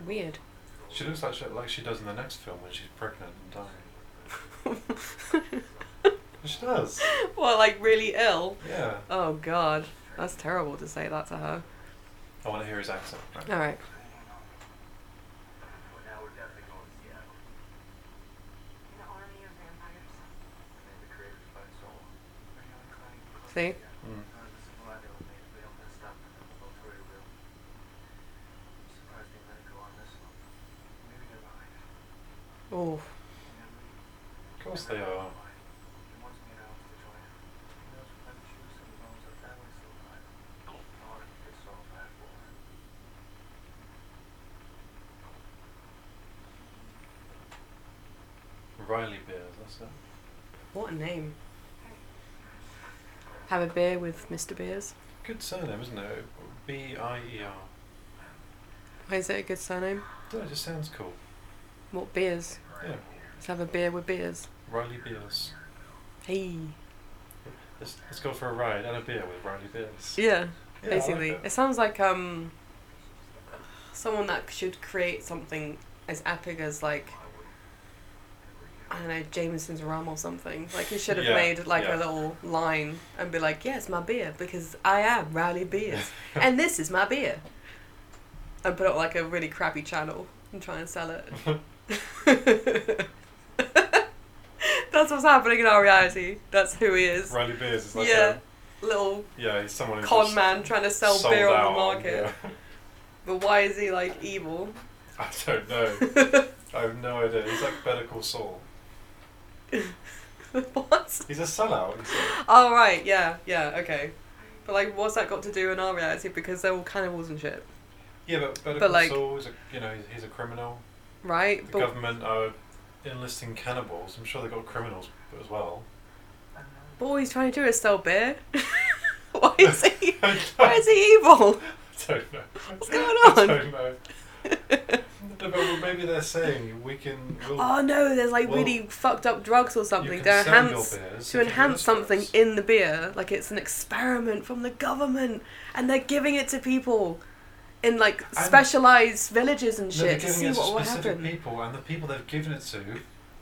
Weird. She looks like she, like she does in the next film when she's pregnant and dying. She does. well, like really ill. Yeah. Oh god, that's terrible to say that to her. I want to hear his accent. All right. Well, now we're definitely going to Seattle. The army of vampires. Maybe created by soul. Are you inclined to close See? the gap? Mm. Uh, this is why they all made they all messed up in the Volturi wheel. I'm surprised they let it go on this long. Maybe they're behind. it. Oh. Remember? Of course they are. Riley beers. That's it. What a name. Have a beer with Mr. Beers. Good surname, isn't it? B I E R. Why is it a good surname? That just sounds cool. What beers? Yeah. Let's have a beer with beers. Riley Beers. Hey. Let's, let's go for a ride and a beer with Riley Beers. Yeah, Yeah, I like basically. that. it sounds like um someone that should create something as epic as like I don't know, Jameson's rum or something. Like he should have Yeah, made like yeah. a little line and be like, Yes, my beer, because I am Riley Beers. and this is my beer. And put it on like a really crappy channel and try and sell it. That's what's happening in our reality. That's who he is. Riley Beers is like Yeah. Little a, yeah, he's someone who's con just man trying to sell sold beer on out the market. yeah. But why is he like evil? I don't know. I have no idea. He's like Better Call Saul. what? He's a sellout. He's like, Oh right, yeah, yeah, okay. But like, what's that got to do in our reality? Because they're all cannibals and shit, Yeah, but Better But, Call like- Saul is a, you know he's, he's a criminal. right? The but government are enlisting cannibals. I'm sure they got criminals as well. but all he's trying to do is sell beer. why is he? Why is he evil? I don't know. What's going I on? don't know. No, but maybe they're saying we can. We'll, Oh no, there's like Well, really fucked up drugs or something you to can enhance sell your beers to if you enhance list something us. in the beer. Like it's an experiment from the government, and they're giving it to people in like And- specialized villages and No, they're shit to giving see it to what will specific happen. people, and the people they've given it to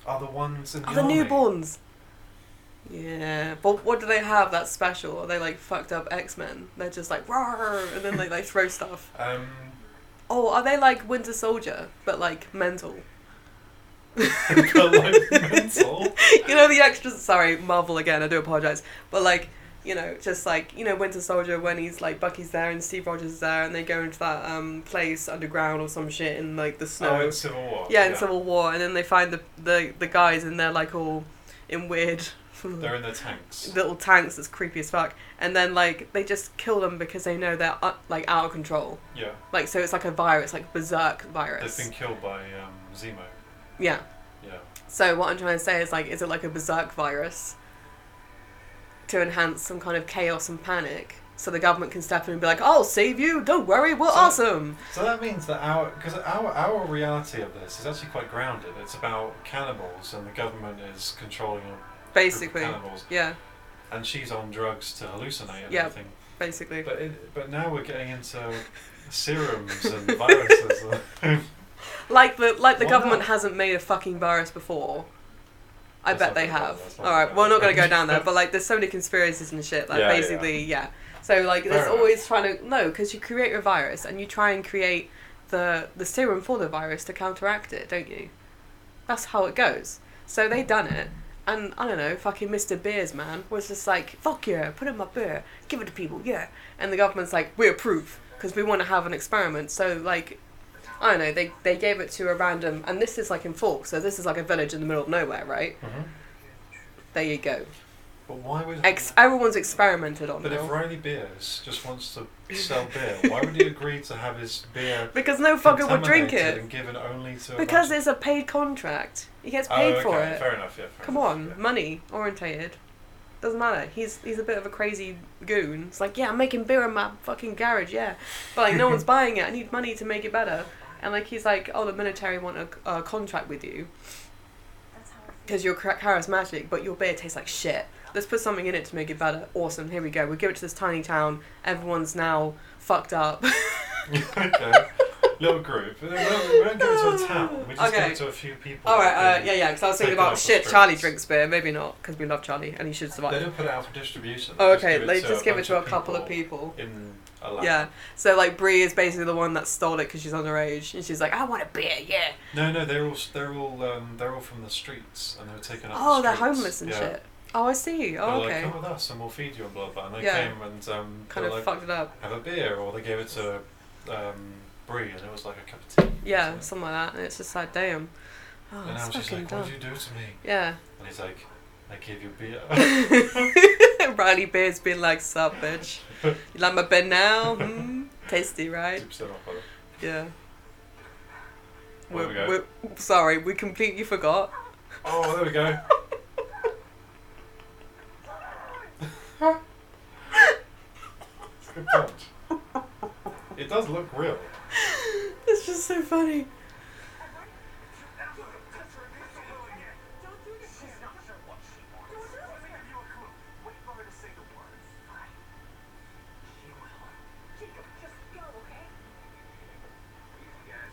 are the ones in the Are Oh, the army. newborns? Yeah, but what do they have that's special? Are they like fucked up X Men? They're just like roar, and then they like throw stuff. Um, Oh, are they like Winter Soldier but like mental? but like mental. you know the extras. Sorry, Marvel again. I do apologize, but like you know, just like you know, Winter Soldier when he's like Bucky's there and Steve Rogers is there, and they go into that um place underground or some shit in like the snow. Oh, in Civil War. yeah, in Civil War, and then they find the the the guys and they're like all in weird. They're in their tanks. little tanks that's creepy as fuck and then like they just kill them because they know they're uh, like out of control yeah, like so it's like a virus like berserk they've virus been killed by um, Zemo. yeah Yeah. so what i'm trying to say is like is it like a berserk virus to enhance some kind of chaos and panic so the government can step in and be like i'll save you don't worry we're So- awesome So that means that our because our our reality of this is actually quite grounded. It's about cannibals, and the government is controlling a group of basically cannibals, yeah and she's on drugs to hallucinate and Yeah. everything. basically But it, but now we're getting into serums and viruses. and- like the like the Why government not? hasn't made a fucking virus before I Let's bet not they go down have. there, let's not All go right, down we're not there. going to go down there, but like, there's so many conspiracies and shit. Like, Yeah, yeah. basically, yeah. So like, Fair there's enough. always trying to no, because you create a virus and you try and create the the serum for the virus to counteract it, don't you? That's how it goes. So they done it, and I don't know, fucking Mr. Beers man was just like, fuck yeah, put it in my beer, give it to people, yeah. And the government's like, we approve because we want to have an experiment. So like, I don't know, they they gave it to a random, and this is like in Fork, so this is like a village in the middle of nowhere, right? Mhm. There you go. But why would? Ex- everyone's experimented on but if now. Riley Beers just wants to sell beer, why would he agree to have his beer Because no fucker would drink contaminated it. and given only to a Because bunch- it's a paid contract. He gets Oh, paid okay, for it. Fair enough. Yeah. Fair Come enough, on, yeah. money orientated. Doesn't matter. He's he's a bit of a crazy goon. It's like, yeah, I'm making beer in my fucking garage, yeah. But like, no one's buying it. I need money to make it better. And like, he's like, oh, the military want a, a contract with you That's how it because you're char- charismatic, but your beer tastes like shit. Let's put something in it to make it better. Awesome. Here we go. We give it to this tiny town. Everyone's now fucked up. okay. Little group. We don't, we don't give it to a town. We just Okay. give it to a few people. All right, uh, They- yeah, yeah. Because I was thinking Take it about off the shit. Charlie streets. drinks beer, maybe not, because we love Charlie and he should They survive. don't put it out for distribution. Oh, okay, they to just give it bunch to a of couple of people. In a lab. Yeah. So like Brie is basically the one that stole it because she's underage and she's like, I want a beer, yeah. No, no, they're all s- they're all um, they're all from the streets and they were taken up. Oh, the they're streets. homeless and yeah. shit. Oh, I see. They were Oh, like, okay. come with us and we'll feed you and blah blah. And they Yeah. came and um, they Kind were of like, fucked it up. have a beer, or they gave it to um, Brie and it was like a cup of tea. Yeah, wasn't something like that. And it's just like, damn. it? Oh, and it's now she's fucking like, dumb. what did you do to me? Yeah. And he's like, I gave you beer. Riley Beard's been like, sup, bitch. You like my beer now? Mm, tasty, right? Zips it off on it. Yeah. There we go. We're, we're, sorry, we completely forgot. Oh, there we go. It's a good punch. It does look real. It's just so funny.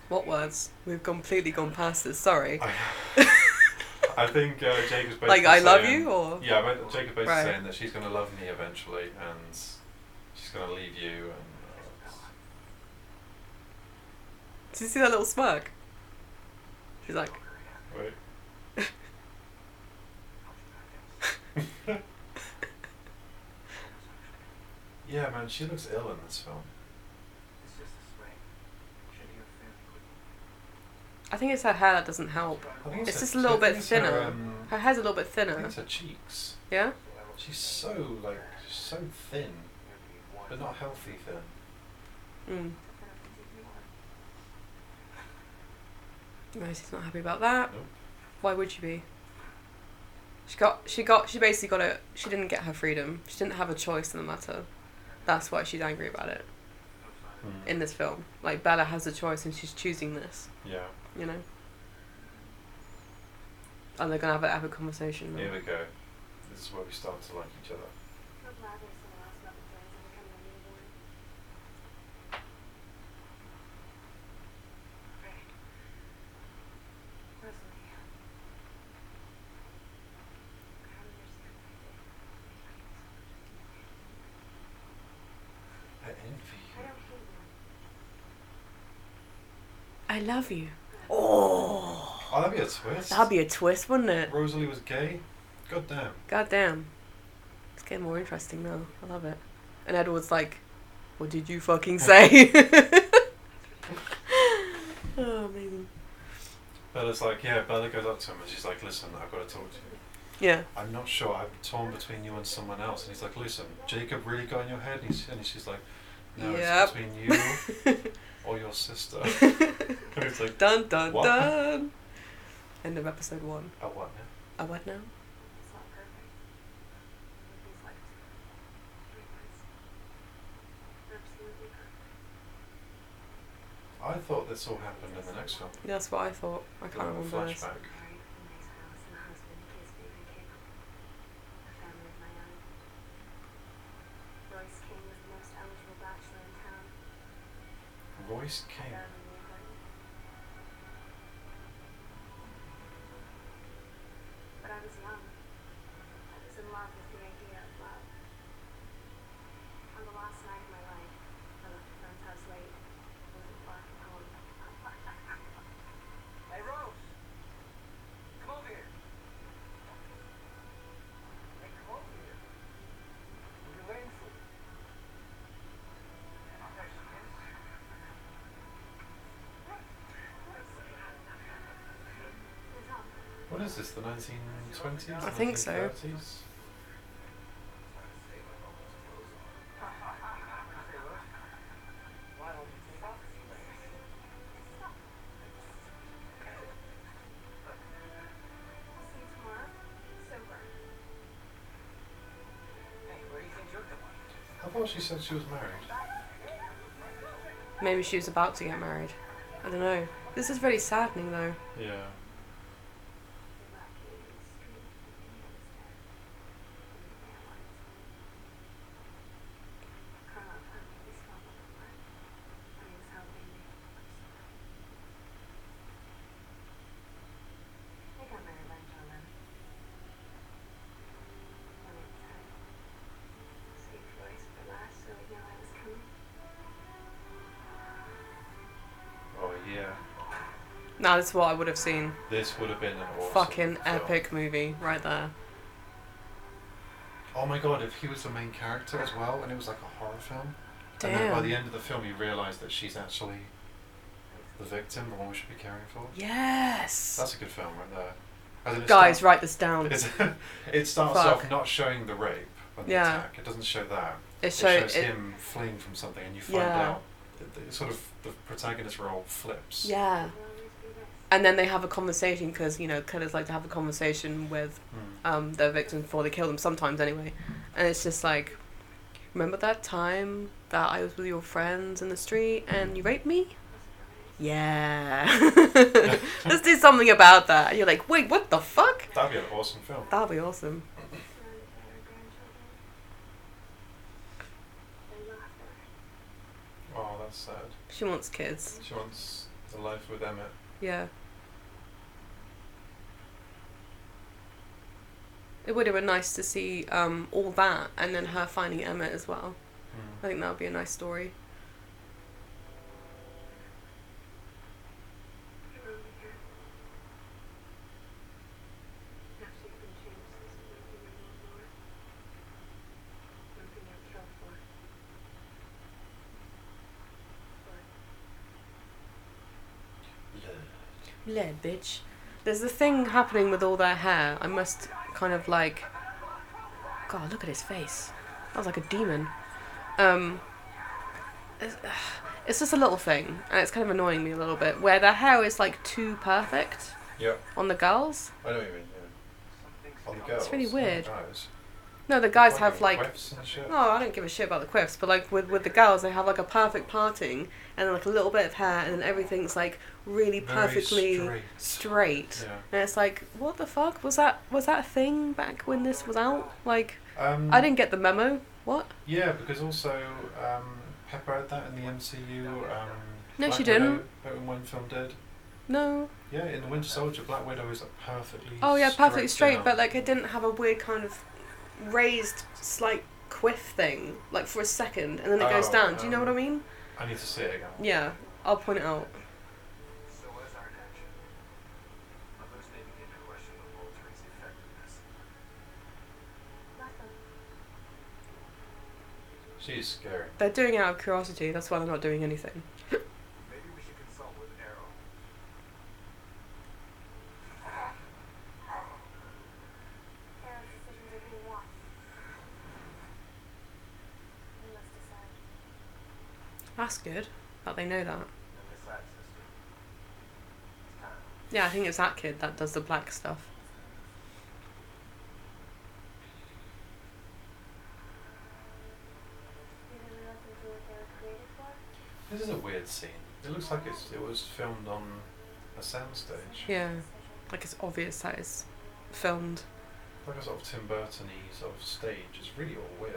What words? We've completely gone past this. Sorry. I, I think uh, Jacob's basically Like, I love saying- you, or Yeah, I mean, Jacob's basically Right. saying that she's going to love me eventually and she's going to leave you. and uh, did you see that little smirk? She's like, Wait. yeah, man, she looks ill in this film. I think it's her hair that doesn't help. I think It's her- just a little I think bit it's her, thinner. um, Her hair's a little bit I think thinner. it's her cheeks. Yeah. She's so like so thin. but not healthy then. Mm. Rosie's not happy about that. Nope. Why would she be? She got she got she basically got it she didn't get her freedom. She didn't have a choice in the matter. That's why she's angry about it Hmm. in this film. Like Bella has a choice and she's choosing this, Yeah, you know? And they're gonna have an epic conversation. here we go. This is where we start to like each other. So glad there's someone else who understands and becoming a new woman. Right. Rosalie. I don't understand what I did. I envy I don't hate you. I love you. Oh Oh, that'd be a twist. that'd be a twist, wouldn't it? Rosalie was gay? God damn. God damn. It's getting more interesting now. I love it. And Edward's like, What did you fucking say? oh, amazing. Bella's like, yeah, Bella goes up to him and she's like, listen, I've got to talk to you. Yeah. I'm not sure, I'm torn between you and someone else. And he's like, listen, Jacob really got in your head? And, he's, and she's like, no, Yep. it's between you or your sister. and he's like, dun dun What? dun. End of episode one. oh, what now? I what now? It's not perfect. Nobody's life is perfect. Everyone's absolutely perfect. I thought this all happened in the next film. Yeah, that's what I thought. I can't Like a remember. this. flashback. Married from nice house and husband, kids, baby, kid. A family of my own. Royce King was the most eligible bachelor in town. Royce I King. barely knew her. But I was young. I was in love with the idea of love. On the last night of my life, I left a friend's house late. I wasn't far from home. Hey, Rose! Come over here! Hey, come over here! We've been waiting for you. There she is. Who's home? What is this, the 1920s? I think so. 1930s? Hey, Rose. Why don't you talk to me? I'll see you tomorrow. Sober. Hey, where do you think you're going? I thought she said she was married. Maybe she was about to get married. I don't know. This is really saddening though. Yeah. Oh, yeah. Now that's what I would have seen. This would have been an awesome Fucking film. epic movie right there. Oh my god, if he was the main character as well and it was like a horror film. Damn. And then by the end of the film, you realise that she's actually the victim, the one we should be caring for. Yes. That's a good film right there. As in, it Guys, start- write this down. it's- it starts Fuck. off not showing the rape and the Yeah. attack. It doesn't show that. It, It show, shows it, him fleeing from something, and you find Yeah. out that the, sort of the protagonist role flips. Yeah. And then they have a conversation because you know killers like to have a conversation with Hmm. um, their victims before they kill them. Sometimes anyway, and it's just like, remember that time that I was with your friends in the street and you raped me? Yeah. Let's do something about that. And you're like, wait, what the fuck? That'd be an awesome film. That'll be awesome. Oh, that's sad. She wants kids. She wants a life with Emmett. Yeah. It would have been nice to see um, all that and then her finding Emmett as well. Hmm. I think that would be a nice story. Yeah, bitch. There's a thing happening with all their hair. I must kind of like. God, look at his face. That was like a demon. Um, it's, it's just a little thing, and it's kind of annoying me a little bit, where their hair is like too perfect Yep. on the girls. I don't even. Yeah. On the girls. really on the weird. Guys. No, the guys Why have not? like Whips and shit. No, I don't give a shit about the quiffs, but like with with the girls, they have like a perfect parting and like a little bit of hair, and then everything's like really Very perfectly straight. straight. Yeah. And it's like, what the fuck was that? Was that a thing back when this was out? Like, Um, I didn't get the memo. What? Yeah, because also um, Pepper had that in the MCU. Um, No, she Black Widow, didn't. But in one film, did. No. Yeah, in the Winter Soldier, Black Widow is like perfectly. Oh yeah, perfectly straight, down. but like it didn't have a weird kind of raised slight quiff thing, like for a second, and then it goes Oh, down. Do you know um, what I mean? I need to see it again. Yeah, I'll point it out. So where's our attention? Others may begin to question the Voltaire's effectiveness. Russell, She's scary. They're doing it out of curiosity. That's why they're not doing anything. Maybe we should consult with Arrow. Aaron's decisions are being watched. We must decide. That's good. That they know that. And decide, sister. It's time. Yeah, I think it's that kid that does the black stuff. Either we let them do what they were created for, This is a weird scene. It looks like it's, it was filmed on a soundstage, Yeah, decision. like it's obvious that it's filmed. like a sort of Tim Burton-y sort of stage. It's really all weird.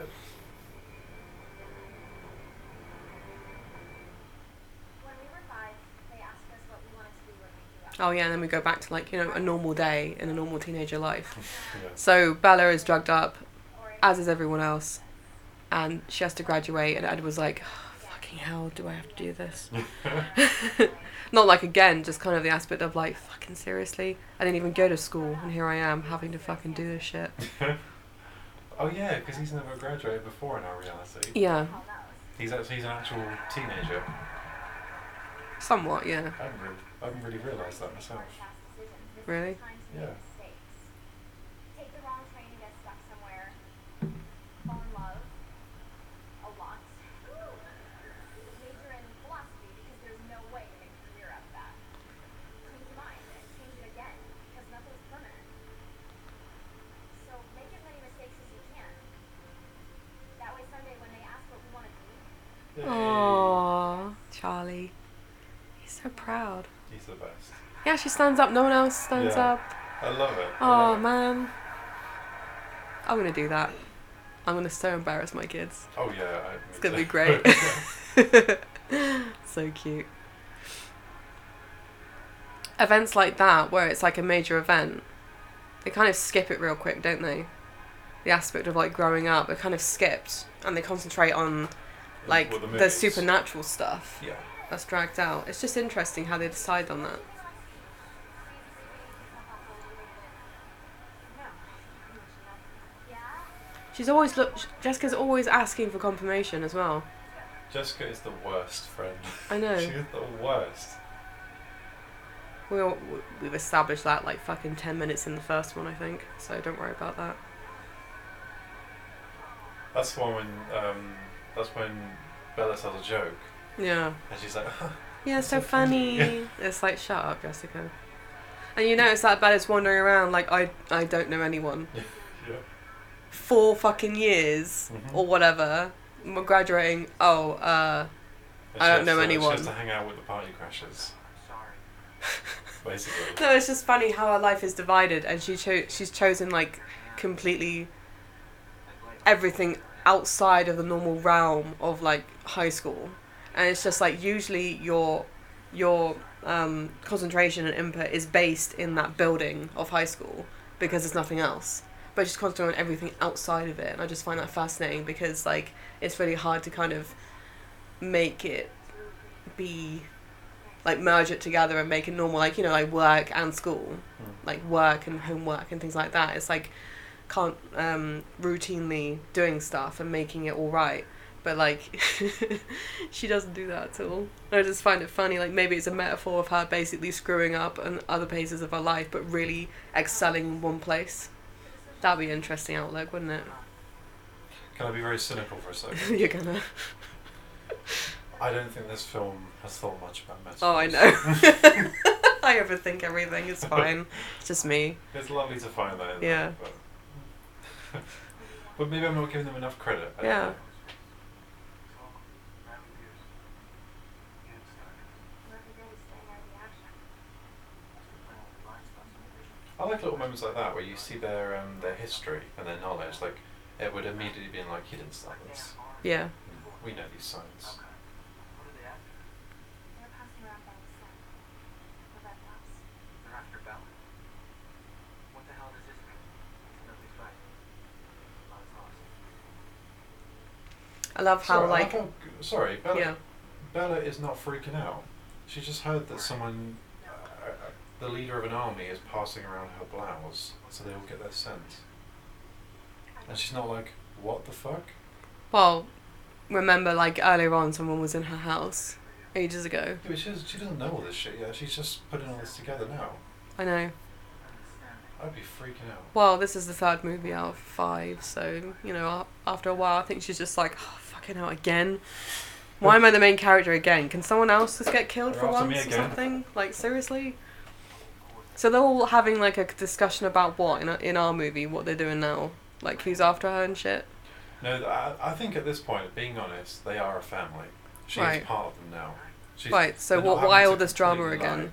When we were five, they asked us what we wanted to be when we grew up. Oh yeah, and then we go back to like you know a normal day in a normal teenager life. Yeah. So Bella is drugged up, Or if as is everyone else, and she has to graduate. And Edward's like, "Fucking hell, do I have to do this?" Not like again, just kind of the aspect of like, "Fucking seriously, I didn't even go to school, and here I am having to fucking do this shit." oh yeah, because he's never graduated before in our reality. Yeah, Paul knows. He's actually he's an actual teenager. somewhat. Yeah, I haven't really, I haven't really realised that myself. Really? Yeah. Take the wrong train and get stuck somewhere. Fall in love. A lot. Major in philosophy because there's no way to make a career out of that. Change your mind and change it again because nothing's permanent. So make as many mistakes as you can. That way Sunday when they ask what we want to be, Yay. Aww, Charlie. He's so proud. He's the best. Yeah, she stands up. No one else stands Yeah. up. I love it. I Oh love it. man, I'm gonna do that. I'm gonna so embarrass my kids. Oh yeah. I, It's gonna be great. so cute. Events like that, where it's like a major event, they kind of skip it real quick, don't they? The aspect of like growing up, they're kind of skipped, and they concentrate on like Well, the, movies. supernatural stuff Yeah. that's dragged out. It's just interesting how they decide on that. no. Yeah? She's always look. Jessica's always asking for confirmation as well. Jessica is the worst friend. I know. She's the worst. We all, we've established that like fucking ten minutes in the first one, I think. So don't worry about that. That's the one when um, that's when Bella tells a joke Yeah. and she's like, Yeah, it's so So funny. funny. It's like shut up, Jessica. And you notice that Bella's wandering around like I I don't know anyone. yeah. Four fucking years Mhm. or whatever. We're graduating. Oh, uh, And I she don't has know to- She anyone. has to hang out with the party crashers, I'm sorry. basically. no. It's just funny how her life is divided, and she chose she's chosen like completely I blame everything outside of the normal realm of like high school and it's just like usually your your um, concentration and input is based in that building of high school because there's nothing else but just concentrating on everything outside of it and i just find that fascinating because like it's really hard to kind of make it be like merge it together and make it normal like you know like work and school Mm. like work and homework and things like that. It's like can't um, routinely doing stuff and making it all right. But like, she doesn't do that at all. I just find it funny. Like maybe it's a metaphor of her basically screwing up in other places of her life, but really excelling in one place. That'd be an interesting outlook, wouldn't it? Can I be very cynical for a second? You're gonna. I don't think this film has thought much about metaphors. Oh, I know. I overthink everything. It's fine. It's just me. it's lovely to find that. In Yeah. There, but... but maybe I'm not giving them enough credit. I don't Yeah. know. I like little moments like that where you see their um, their history and their knowledge. Like Edward immediately being like, "He didn't start this. Yeah. We know these signs." I love how Sorry, I like. how g- sorry, Bella. yeah. Bella is not freaking out. She just heard that someone, uh, the leader of an army, is passing around her blouse, so they all get their scent. And she's not like, "What the fuck?" Well, remember like earlier on, someone was in her house ages ago. Yeah, but she, doesn't- she doesn't know all this shit yet. She's just putting all this together now. I know. I'd be freaking out. Well, this is the third movie out of five, so you know, a- after a while, I think she's just like, oh, fucking hell, again. Why am I the main character again? Can someone else just get killed They're for after me once or again. something? Like seriously. So they're all having like a discussion about what in our, in our movie, what they're doing now, like who's after her and shit. No, th- I, I think at this point, being honest, they are a family. She's Right. part of them now. She's, right. So they're not what? having Why to all this drama completely lie. again?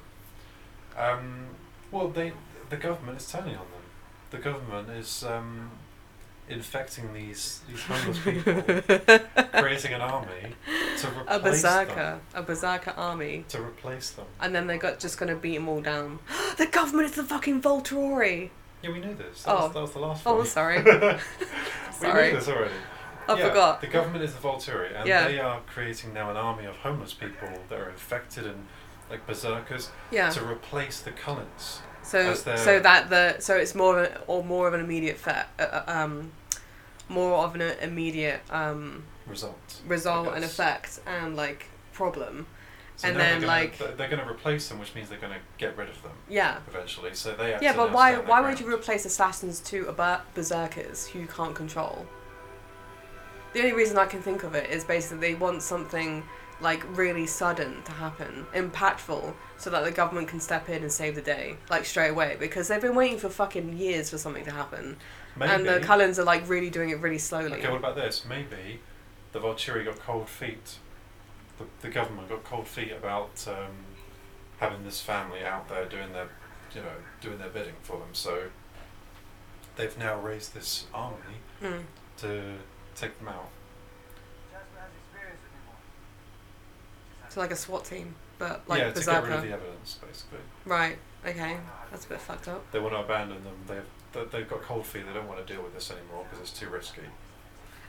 Um, well, they the government is turning on them. The government is um, infecting these these homeless people, creating an army to A replace them. berserker, a berserker army, To replace them. and then they got just gonna beat them all down. the government is the fucking Volturi. Yeah, we knew this. That, Oh. was, that was the last Oh, one. sorry. We Sorry. knew this already. I Yeah, forgot. The government is the Volturi, and Yeah. they are creating now an army of homeless people that are infected and like berserkers Yeah. to replace the Cullens. So as their- so that the so it's more of a, or more of an immediate fa- uh, uh, um, more of an immediate um Result. result and Yes. effect and like problem. So And now they're then, gonna- like- they're- they're going to replace them, which means they're going to get rid of them. Yeah. eventually. So they have Yeah, to but now why stand their why would you ground. replace assassins to aber- berserkers who you can't control? The only reason I can think of it is basically they want something like really sudden to happen, impactful, so that the government can step in and save the day, like straight away, because they've been waiting for fucking years for something to happen. Maybe, And the Cullens are like really doing it really slowly. Okay, what about this? Maybe the Volturi got cold feet. The, the government got cold feet about um, having this family out there doing their, you know, doing their bidding for them. So they've now raised this army Mm. to take them out. So like a SWAT team, but like yeah, to get rid berserker. of the evidence, basically. Right. Okay. That's a bit fucked up. They want to abandon them. They've they- they've got cold feet. They don't want to deal with this anymore because it's too risky.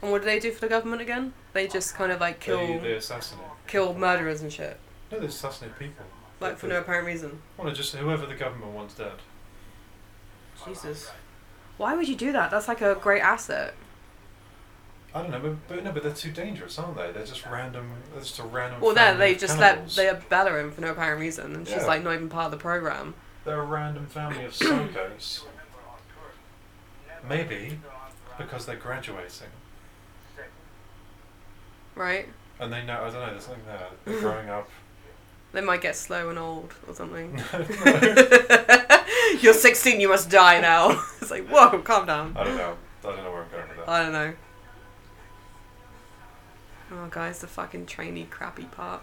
And what do they do for the government again? They just kind of like kill They, they assassinate. kill murderers and shit, No, they assassinate people. like for no apparent reason. Well, just whoever the government wants dead. Jesus. Why would you do that? That's like a great asset. I don't know, but, but no, but they're too dangerous, aren't they? They're just random. They're just a random. Well, there family they of just let cannibals. they have Bella in for no apparent reason, and she's Yeah. like not even part of the program. They're a random family of psychos. Maybe because they're graduating, Right? and they know. I don't know. There's something there. They're growing up. They might get slow and old or something. I You're 16, you must die now. it's like whoa, calm down. don't know. I don't know where I'm going with that. I don't know. Oh, guys, the fucking trainee crappy part.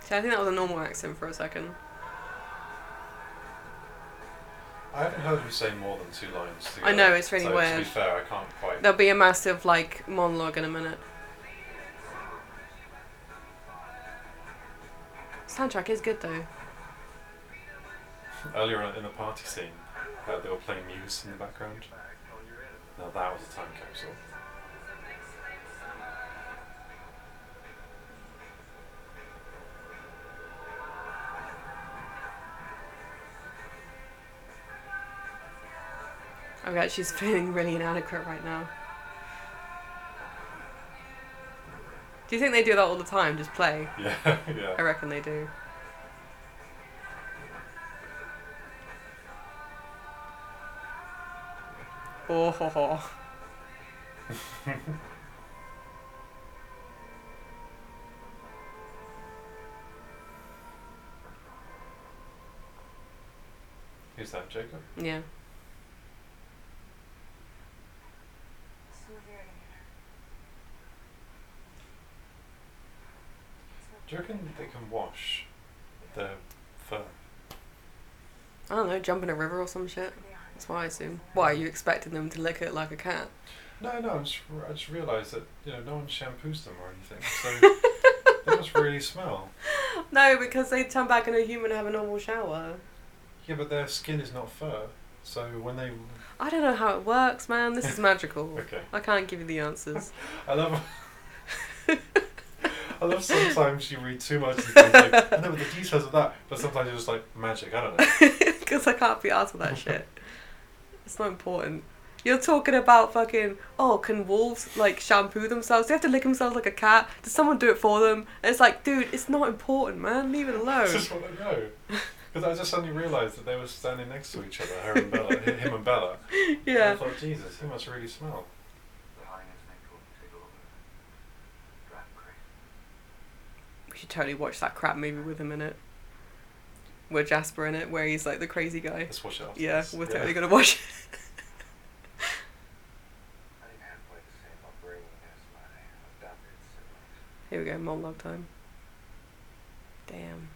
See, I think that was a normal accent for a second. I haven't heard him say more than two lines. Together, I know, it's really so To be weird. fair, I can't quite. There'll be a massive like monologue in a minute. Soundtrack is good though. Earlier on in the party scene, uh, they were playing Muse in the background. Now that was a time capsule. Okay, she's feeling really inadequate right now. Do you think they do that all the time? Just play? Yeah, I yeah. reckon they do. Oh ho ho. Who's that, Jacob? Yeah. Do you reckon they can wash their fur? I don't know, jump in a river or some shit. That's what I assume. Why, you expecting them to lick it like a cat? No, no. I'm just, I just realised that you know no one shampoos them or anything, so they must really smell. No, because they turn back into a human and have a normal shower. Yeah, but their skin is not fur, so when they I don't know how it works, man. This is magical. okay, I can't give you the answers. I love. I love sometimes you read too much and things like, I know the details of that, but sometimes you're just like, magic, I don't know. Because I can't be asked for that shit. It's not important. You're talking about fucking, oh, can wolves like shampoo themselves? Do they have to lick themselves like a cat? Does someone do it for them? And it's like, dude, it's not important, man. Leave it I alone. just want to know. Because I just suddenly realised that they were standing next to each other, her and Bella, hi- him and Bella. yeah. And I thought, Jesus, he must really smell. The high instinct will take over. Drive 'em crazy. We should totally watch that crap movie with him in it. With Jasper in it, where he's like the crazy guy. Let's wash it off. Yeah, we're totally gonna watch I didn't have quite the same upbringing as my adopted siblings. Here we go, monologue time. Damn.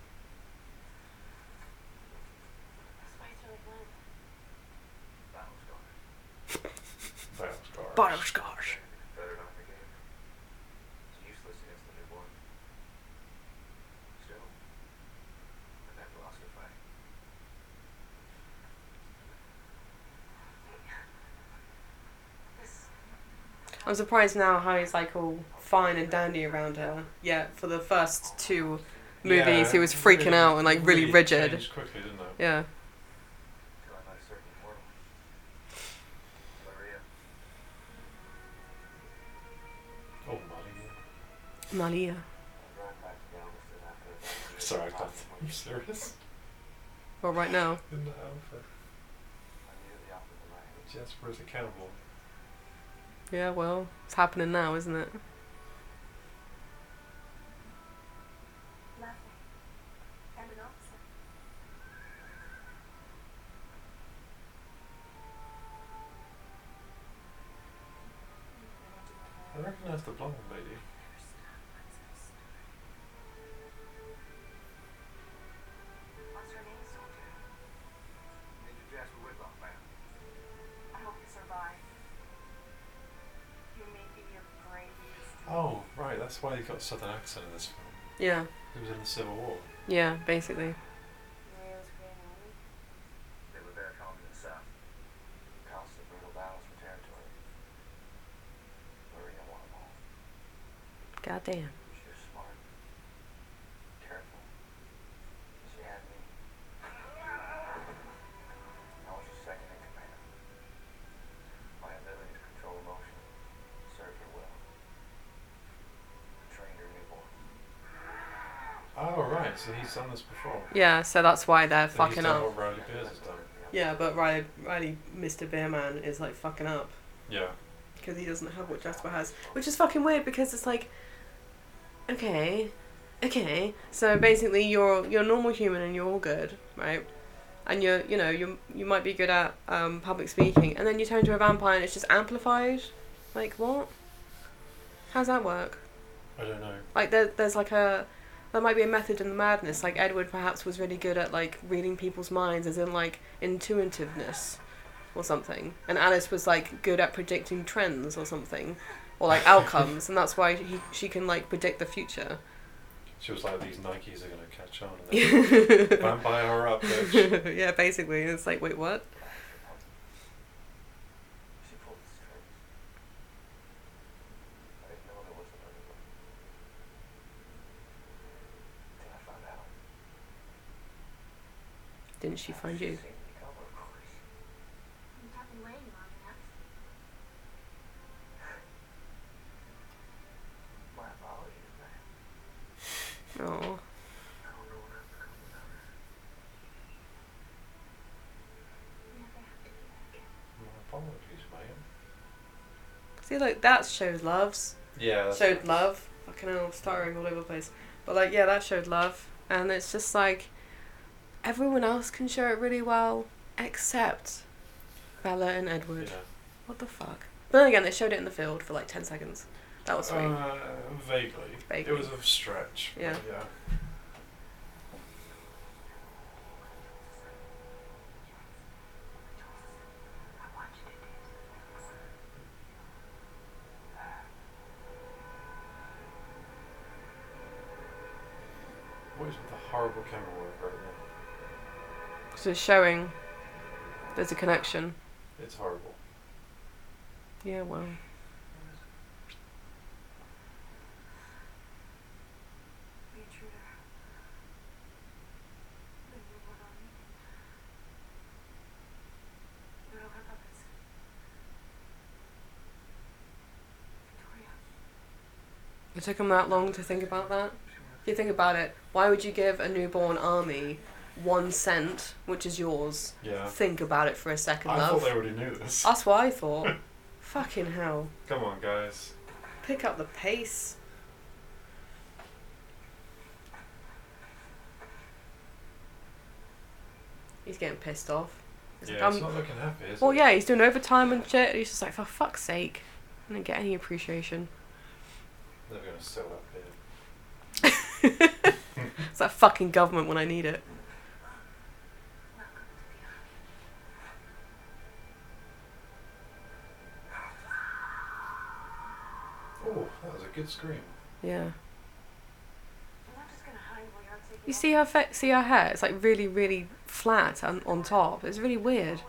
That's why it's really blunt. That was going Bottle scars. better not forget. It's useless against the newborn. Still, but that will also fight. This I'm surprised now how he's like all fine and dandy around her. Yeah, for the first two movies, he was freaking out and like really, rigid. Changed quickly, didn't it? Yeah. Till I met a certain mortal. Maria. Oh, Molly. Malia. I'll drive back to Galveston after the Sorry, I thought Are you serious? Well, right now. In um, the outfit. I knew the outfit of my age. Jasper is a cowboy. Yeah, well, it's happening now, isn't it? nothing. I'm an officer. I recognise the blonde lady. What's her name, soldier? Major Jasper Whitlock, ma'am. I hope you survive. You may be your bravest. Oh, right, that's why he got a southern accent in this film. Yeah. He was in the Civil War. Yeah, basically. Rails ran away. They were there calling the south. Constant brutal battles for territory. Maria won them all. Goddamn. She was smart, careful. She had me. I was just second in command. My ability to control emotion served her well. I trained her newborn. Oh, right, so he's done this before. Yeah, so that's why they're So fucking he's done up. what Riley Beers has done. Yeah, but Riley, Riley, Mr. Bearman is like fucking up Yeah. because he doesn't have what Jasper has, which is fucking weird because it's like, okay, okay. So basically, you're you're a normal human and you're all good, right? And you're you know you you might be good at um, public speaking, and then you turn into a vampire and it's just amplified. Like what? How's that work? I don't know. Like there, there's like a there might be a method in the madness. Like Edward perhaps was really good at like reading people's minds, as in like intuitiveness or something. And Alice was like good at predicting trends or something, or like outcomes, and that's why he, she can like predict the future. She was like, these Nikes are going to catch on. And then yeah, vampire her up, bitch. basically, it's like wait, what? She pulled the strings. I didn't know there was another one. Then I found out. Didn't she find you? Seen me come, of course. You haven't lain long. See, like that shows loves. Yeah. that's showed nice. love. Fucking hell, stuttering all over the place. But like, yeah, that showed love, and it's just like everyone else can show it really well, except Bella and Yeah. Edward. What the fuck? But then again, they showed it in the field for like ten seconds. That was sweet. Uh, vaguely. Vaguely. It was a stretch. but Yeah. Yeah. What is with the horrible camera work right now? so it's showing there's a connection. It's horrible. Yeah, well, The intruder. The new one on me. They're all her puppets. Victoria. it took them that long to think about that. If you think about it, why would you give a newborn army one cent, which is yours? Yeah. Think about it for a second, I love. thought they already knew this. That's what I thought. Fucking hell. Come on, guys. Pick up the pace. He's getting pissed off. He's Yeah, like, it's "I'm-" not looking happy, is well, it? yeah, he's doing overtime and shit. He's just like, for fuck's sake. I didn't get any appreciation. They're going to sell up here. it's that fucking government when I need it. Welcome to the army. Oh, that was a good scream. Yeah. I'm not just gonna hide while you're out taking You see her fa- see her hair? It's like really, really flat on, on top. It's really weird. Do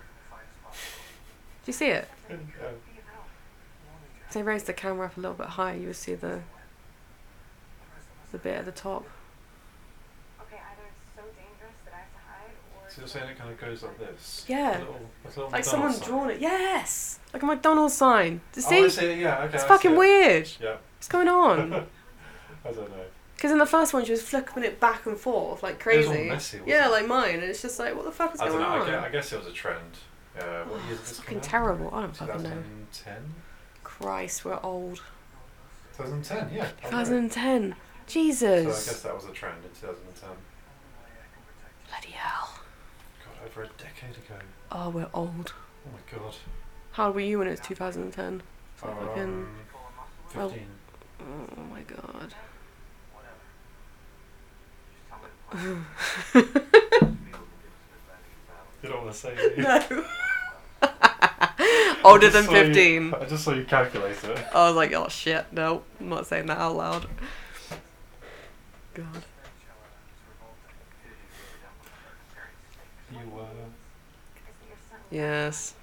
you see it? Yeah. Be about. If they raised the camera up a little bit higher, you would see the the bit at the top. Okay, either it's so dangerous that I have to hide or So you're saying it kind of goes like this? Yeah. A little, a little Like McDonald's someone's sign. drawn it. Yes! Like a McDonald's sign. Do you Oh, I see? see it, yeah, okay. it's I fucking see it. weird. Yeah. What's going on? I don't know. Because in the first one, she was flipping it back and forth like It was crazy. all messy, wasn't yeah, it? like mine. And it's just like, what the fuck is I don't going know. I on? guess, I guess it was a trend. Uh, what year did it's this fucking come out? terrible. I don't fucking know. 2010? Christ, we're old. 2010, yeah. I don't know. 2010. So I guess Jesus. that was a trend in 2010. Bloody hell. God, over a decade ago. Oh, we're old. Oh my god. How old were you when it was 2010? like fucking- Um, 15. Oh my god. Whatever. Just tell me the plan. Field will give us an advantage in battle. You don't want to say it. do you? No. I Older just than saw you- 15. I just saw you calculate it. I was like, oh shit, no, I'm not saying that out loud. God. You were. I see your son. Yes.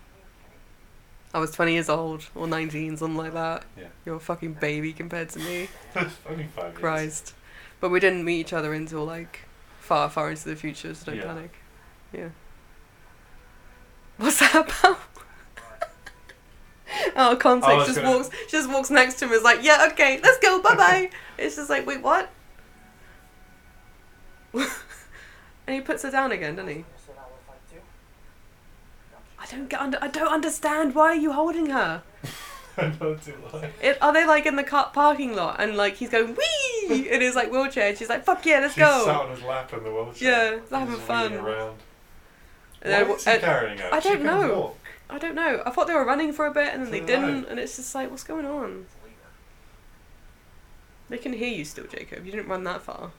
I was 20 years old, or 19, something like that. Yeah. You're a fucking baby compared to me. Only five years. Christ. But we didn't meet each other until like far, far into the future, so don't Yeah. panic. Yeah. What's that about? Out of I context, was just gonna- walks she just walks next to him and is like, Yeah, okay, let's go, bye bye. it's just like, wait, what? and he puts her down again, doesn't he? I don't get under I don't understand why are you holding her? I don't do like. It, are they like in the car parking lot and like he's going wee in his like wheelchair and she's like fuck yeah let's She go sat on his lap in the wheelchair. Yeah, Just having wheeling fun. Around. And Why then- is he and- carrying her? uh, I She don't can know. Walk. I don't know. I thought they were running for a bit and then they So did I. didn't, and it's just like, what's going on? They can hear you still, Jacob. You didn't run that far.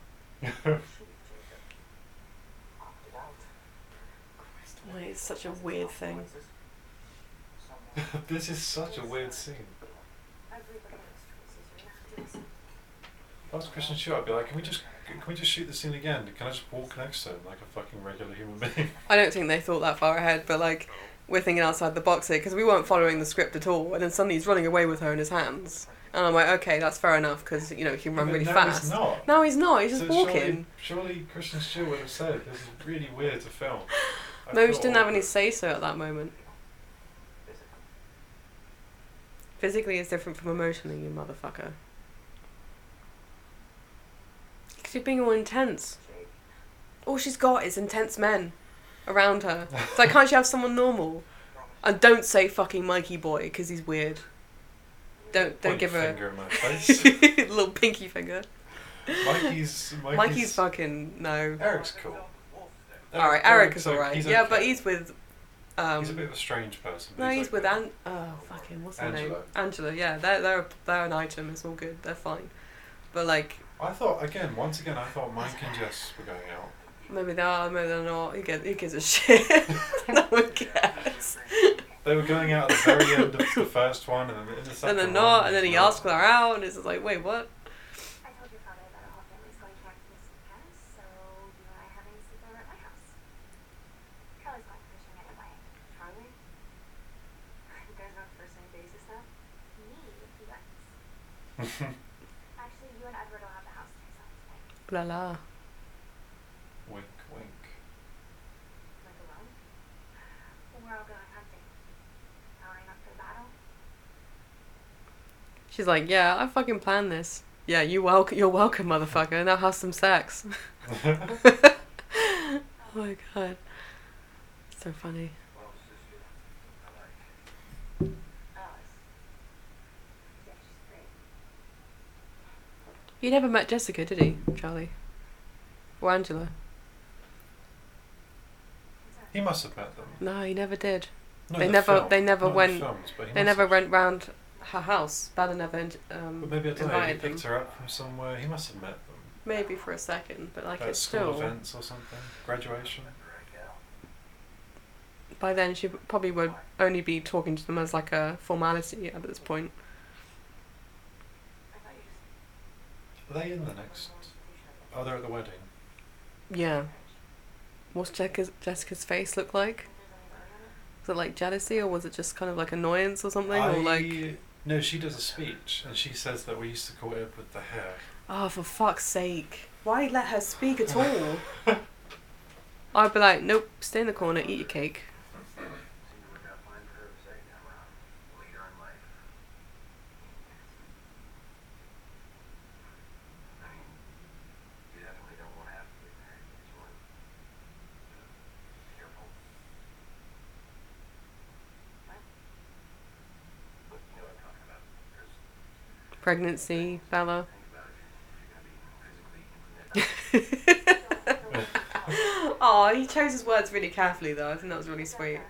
Why, it's such a weird thing. this is such a weird scene. Everybody makes choices. You're not doing something. If I was Christian Stewart, I'd be like, can we just can we just shoot the scene again? Can I just walk next to him like a fucking regular human being? I don't think they thought that far ahead, but like, we're thinking outside the box here because we weren't following the script at all, and then suddenly he's running away with her in his hands, and I'm like, okay, that's fair enough because you know he can run But really no, It's fast. not. No, he's not. He's just So walking. Surely, surely Christian Stewart would have said, this is really weird to film. I Maybe she feel didn't have any awkward. say so at that moment. Physically is different from emotionally, you motherfucker. Because you're being all intense. All she's got is intense men around her. So like, can't you have someone normal? And don't say fucking Mikey boy because he's weird. Don't don't Point give her finger in my face. little pinky finger. Mikey's Mikey's, Mikey's fucking no. Eric's cool. All right, Eric- Eric is Eric's o- all right. he's Yeah, okay. but he's with. Um, he's a bit of a strange person. but no, he's with okay. An. Oh fucking, what's her name? Angela. Angela. Yeah, they're they're they're an item. It's all good. They're fine. But like I thought again, once again, I thought Mike and Jess were going out. maybe they are, maybe they're not. Who gives, who gives a shit? no one cares. They were going out at the very end of the first one, and then in the And second they're one, not. And then he they're not. asks her out, and it's just like, wait, what? I told your father that our whole family's going back to this weekend, so you and I are having a sleepover at my house. Charlie's going fishing anyway. Charlie? You guys on first name basis now? Me, if you want. Actually, you and Edward will have the house to yourself tonight. La la. wink, wink. Like alone? Well, we're all going hunting. Powering up for the battle? She's like, yeah, I fucking planned this. Yeah, you welcome. You're welcome, motherfucker. Now have some sex. oh my god, so funny. Well, sister, I like. Alice. Oh, Yeah, she's great. He never met Jessica, did he, Charlie? Or Angela? He must have met them. No, he never did. No, They the never- film, they never not the went- films, but he They must never have- went round her house. Bella never in- um, But maybe I don't know. He invited picked them. her up from somewhere. He must have met them. Maybe for a second, but like at it's still. school events or something, graduation. By then, she probably would only be talking to them as like a formality at this point. I thought you just Are they in the next? Oh, they're at the wedding. Yeah. What's Jessica's, Jessica's face look like? Was it like jealousy, or was it just kind of like annoyance or something, or like, I- no, she does a speech and she says that we used to call Ed with the hair. oh for fuck's sake, why let her speak at all? I'd be like, nope, stay in the corner, eat your cake. See what that fine curves they now around. Later in life. I mean, you definitely don't want to have to get married to this one. Careful. What? But you know what I'm talking about. There's, Pregnancy, Bella. think about it. You're going to be physically intimate. oh, he chose his words really carefully though. I think that was really sweet.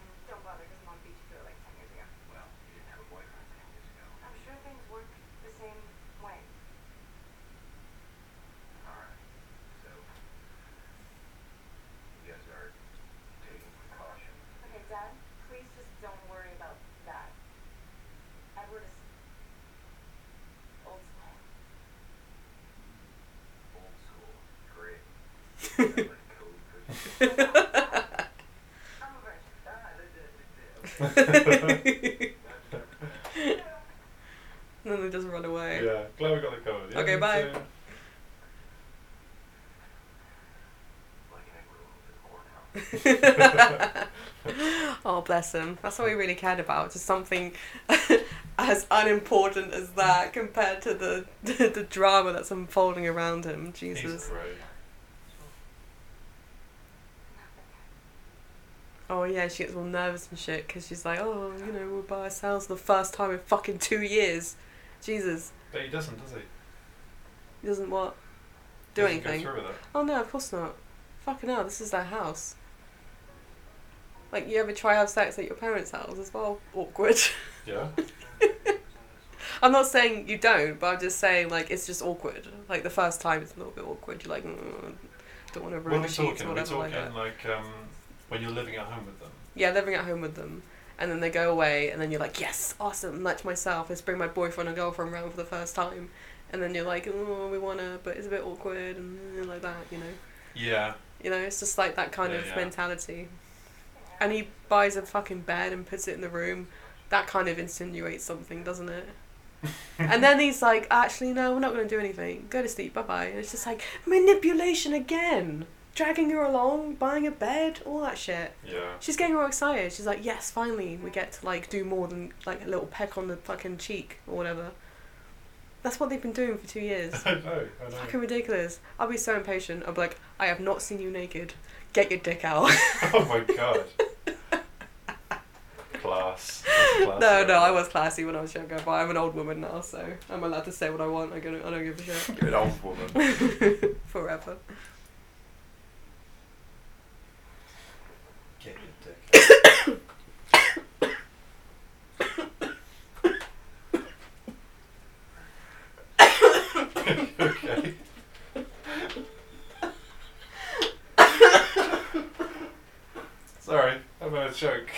And don't bother, because mom beat you to it like 10 years ago. Well, you didn't have a boyfriend ten years ago. I'm sure things work the same way. All right. So, you guys are taking precaution. Okay, Dad, please just don't worry about that. Edward is old school. Old school. Great. Like code for- I'm a virgin. Ah, they did, they did. Okay. and That's different. then they just run away. Yeah, glad we got it covered. Okay, me bye. too. Liking it a little bit more now. oh, bless him. That's what we really cared about. Just something as unimportant as that compared to the the drama that's unfolding around him. He's Jesus. great. Oh yeah, she gets all nervous and shit because she's like, oh, you know, we're by ourselves for the first time in fucking two years. Jesus, But he doesn't, does he? he doesn't what do doesn't anything. Go through with it. Oh no, of course not. Fucking hell, this is their house. Like, you ever try have sex at your parents' house as well? Awkward. Yeah. I'm not saying you don't, but I'm just saying like it's just awkward. Like the first time, it's a little bit awkward. You're like, mm, don't want to When ruin we're the sheets talking, or whatever we're like talking that. like um, when you're living at home with them. Yeah, living at home with them, and then they go away, and then you're like, yes, awesome. Like myself, let's bring my boyfriend or girlfriend around for the first time, and then you're like, oh, we wanna, but it's a bit awkward and like that, you know. Yeah. You know, it's just like that kind Yeah, of yeah. mentality. And he buys a fucking bed and puts it in the room. That kind of insinuates something, doesn't it? and then he's like, actually, no, we're not going to do anything. Go to sleep, bye bye. And it's just like manipulation again. Dragging her along, buying a bed, all that shit. Yeah. She's getting all excited. She's like, yes, finally, we get to like do more than like a little peck on the fucking cheek or whatever. That's what they've been doing for two years. I know. I know. Fucking ridiculous. I'll be so impatient. I'll be like, I have not seen you naked. Get your dick out. Oh my god. Class. No, no, I was classy when I was younger, but I'm an old woman now, so I'm allowed to say what I want. I don't, I don't give a You're an old woman. shit. Forever. Get your dick. okay. Sorry, I'm a joke.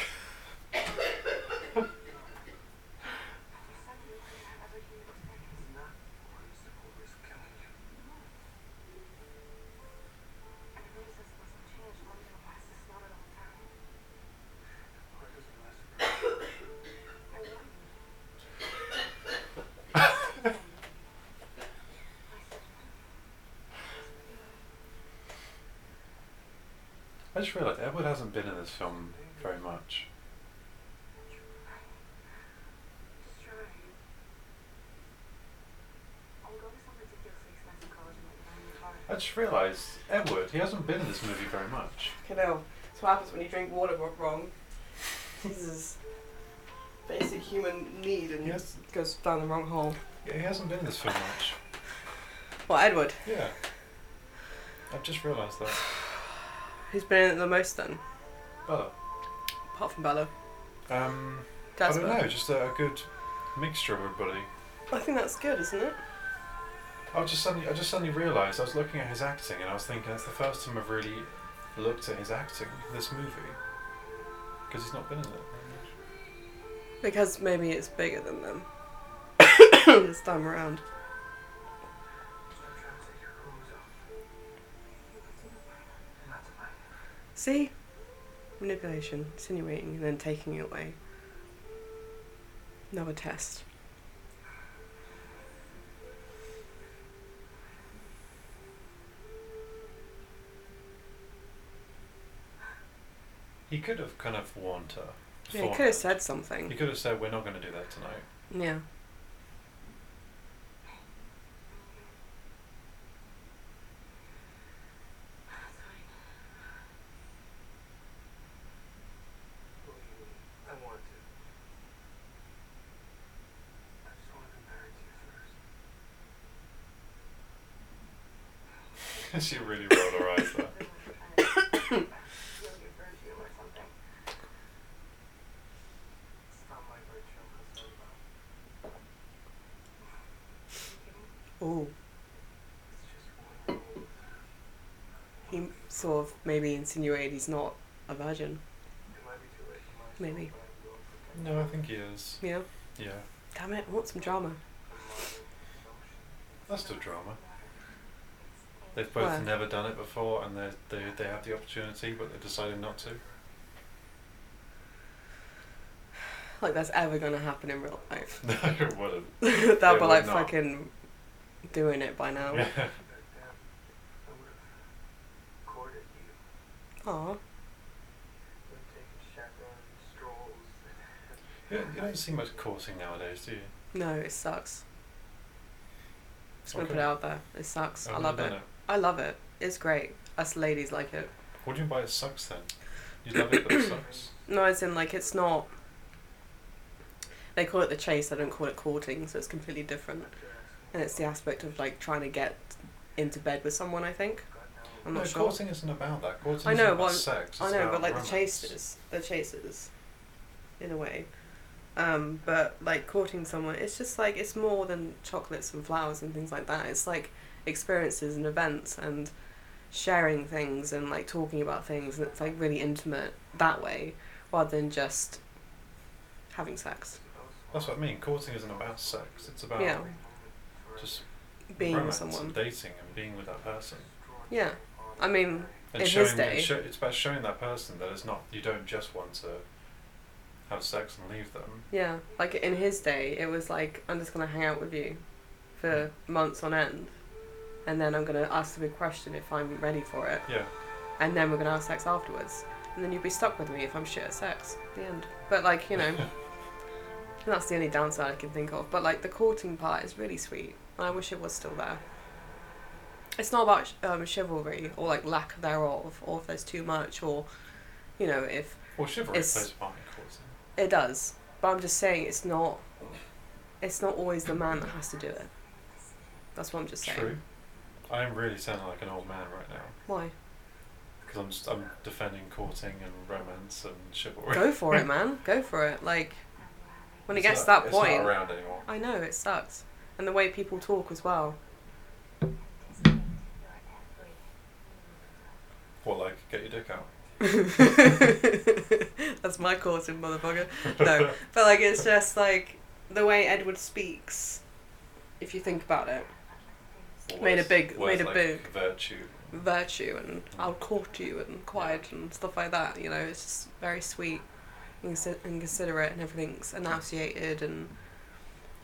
I just realised Edward hasn't been in this film very much. I just realised Edward, he hasn't been in this movie very much. You know, that's what happens when you drink water w- wrong. Jesus. Basic human need and Yes. goes down the wrong hole. Yeah, he hasn't been in this film much. Well, Edward, Yeah. I've just realised that. who's been in it the most then? But Apart from Bella. um, I Dad's don't Bella. know, just a, a good mixture of everybody. I think that's good, isn't it? I was just suddenly, I just suddenly realised I was looking at his acting, and I was thinking that's the first time I've really looked at his acting in this movie because he's not been in it. very Because maybe it's bigger than them. this time around. See? Manipulation, insinuating, and then taking it away. Another test. much. He could have kind of warned her. Yeah, he could have beforehand. said He something. could have said, "We're not going to do that tonight." Yeah. I want to. I just want to be married to you first. she really rolled her eyes there. It's not my virtue, it's not mine. Oh, It's just one he rule. sort of maybe insinuated he's not a virgin. It might be too late for my soul, Maybe. but I will protect No, I think he is. Yeah. Yeah, Damn it, I want some drama. that's the drama. They've both Why? never done it before, and they they they have the opportunity, but they decided not to. Like that's ever gonna happen in real life. No, it wouldn't. They'll be would like not. fucking doing it by now. Yeah. back down. I would have courted you. Aw. We've taken chaperone strolls. You don't, you don't see much courting nowadays, do you? No, it sucks. Just gonna put Okay. Oh, it out there. It sucks. I've I never love it. done I love it. It's great. Us ladies like it. What do you mean by it sucks then? You love it, but it sucks. No, as in like it's not. They call it the chase. They don't call it courting, so it's completely different. And it's the aspect of like trying to get into bed with someone. I think. I'm not no, sure. courting isn't about that. Courting I isn't know, about well, sex. I it's know, about but like romance. the chasers, the chasers, in a way. Um, but like courting someone, it's just like it's more than chocolates and flowers and things like that. It's like experiences and events and sharing things and like talking about things, and it's like really intimate that way, rather than just having sex, That's what I mean. Courting isn't about sex. It's about Yeah. just being with romance someone. and dating and being with that person. Yeah, I mean, And In showing his day. and sho- it's about showing that person that it's not. You don't just want to have sex and leave them. yeah. Like in his day, it was like I'm just gonna hang out with you for months on end, and then I'm gonna ask the big question if I'm ready for it. Yeah. and then we're gonna have sex afterwards. And then you'll be stuck with me if I'm shit at sex. The end. But like, you know, that's the only downside I can think of. But like, the courting part is really sweet, and I wish it was still there. It's not about um, chivalry or like lack thereof, or if there's too much, or you know, if Well, chivalry It's- plays a part in courting. it does. But I'm just saying it's not. It's not always the man that has to do it. That's what I'm just saying. True. I am really sounding like an old man right now Why? because I'm just, I'm defending courting and romance and chivalry. Go for it, man. Go for it. Like when it It's gets to not- that it's point, not around anymore. I know it sucks, and the way people talk as well. What like get your dick out? That's my courting, motherfucker. No, but like it's just like the way Edward speaks. If you think about it, Or Made a words- big- words made a like big- virtue. virtue and I'll court you and quiet and stuff like that. You know, it's just very sweet and consi- and considerate and everything's enunciated and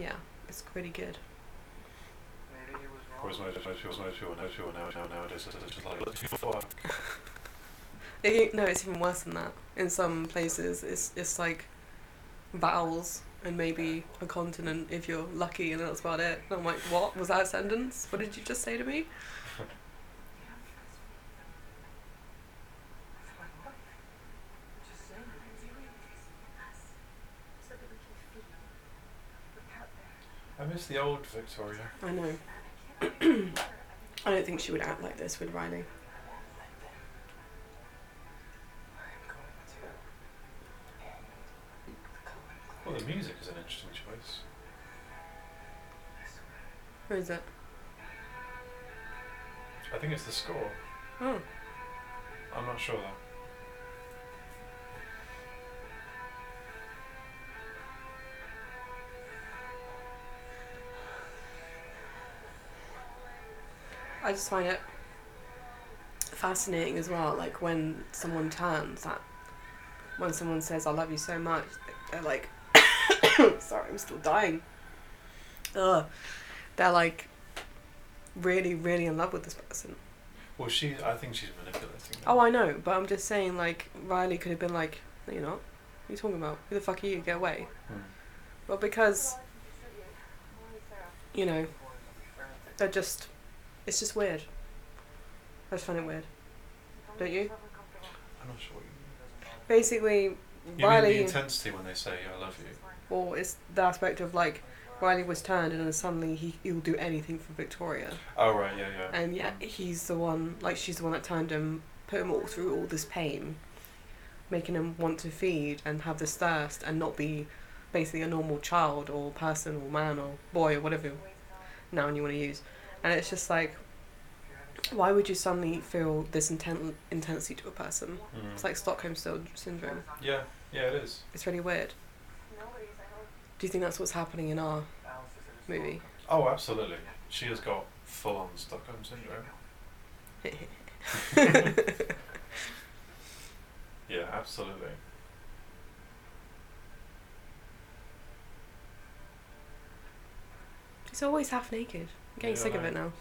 yeah, it's pretty good. Maybe he was Whereas wrong. no, no, no, no, no, no, no, no, nowadays it's just like let's fuck. It, no, it's even worse than that. In some places, it's it's like vowels and maybe a continent if you're lucky, and that's about it. And I'm like, what was that a sentence? What did you just say to me? I miss the old Victoria. I know. I don't think she would act like this with Riley. I'm going to end the Covenant. Well, the music is an interesting choice. I swear. Who is it? I think it's the score. Oh, I'm not sure though. I just find it fascinating as well. Like when someone turns that, when someone says "I love you so much," they're like, "Sorry, I'm still dying." Ugh, they're like really, really in love with this person. Well, she. I think she's manipulating. Oh, I know, but I'm just saying. Like Riley could have been like, "No, you're not. What are you talking about? Who the fuck are you? Get away!" Hmm. But because you know they're just, it's just weird. I just find it weird. Don't you? I'm not sure. What you Basically, mean. you mean Riley. the intensity when they say "I love you"? Well, it's the aspect of like Riley was turned, and then suddenly he he'll do anything for Victoria, Oh right, yeah, yeah. and yeah, he's the one like she's the one that turned him, put him all through all this pain, making him want to feed and have this thirst and not be basically a normal child or person or man or boy or whatever noun you want to use, and it's just like. Why would you suddenly feel this inten- intensity to a person? Mm. It's like Stockholm Synd- syndrome. yeah, yeah, it is. It's really weird. Do you think that's what's happening in our Alice is at a movie? Oh, absolutely. She has got full-on Stockholm syndrome. Yeah, absolutely. He's always half naked. I'm getting Yeah, sick I of know. it now.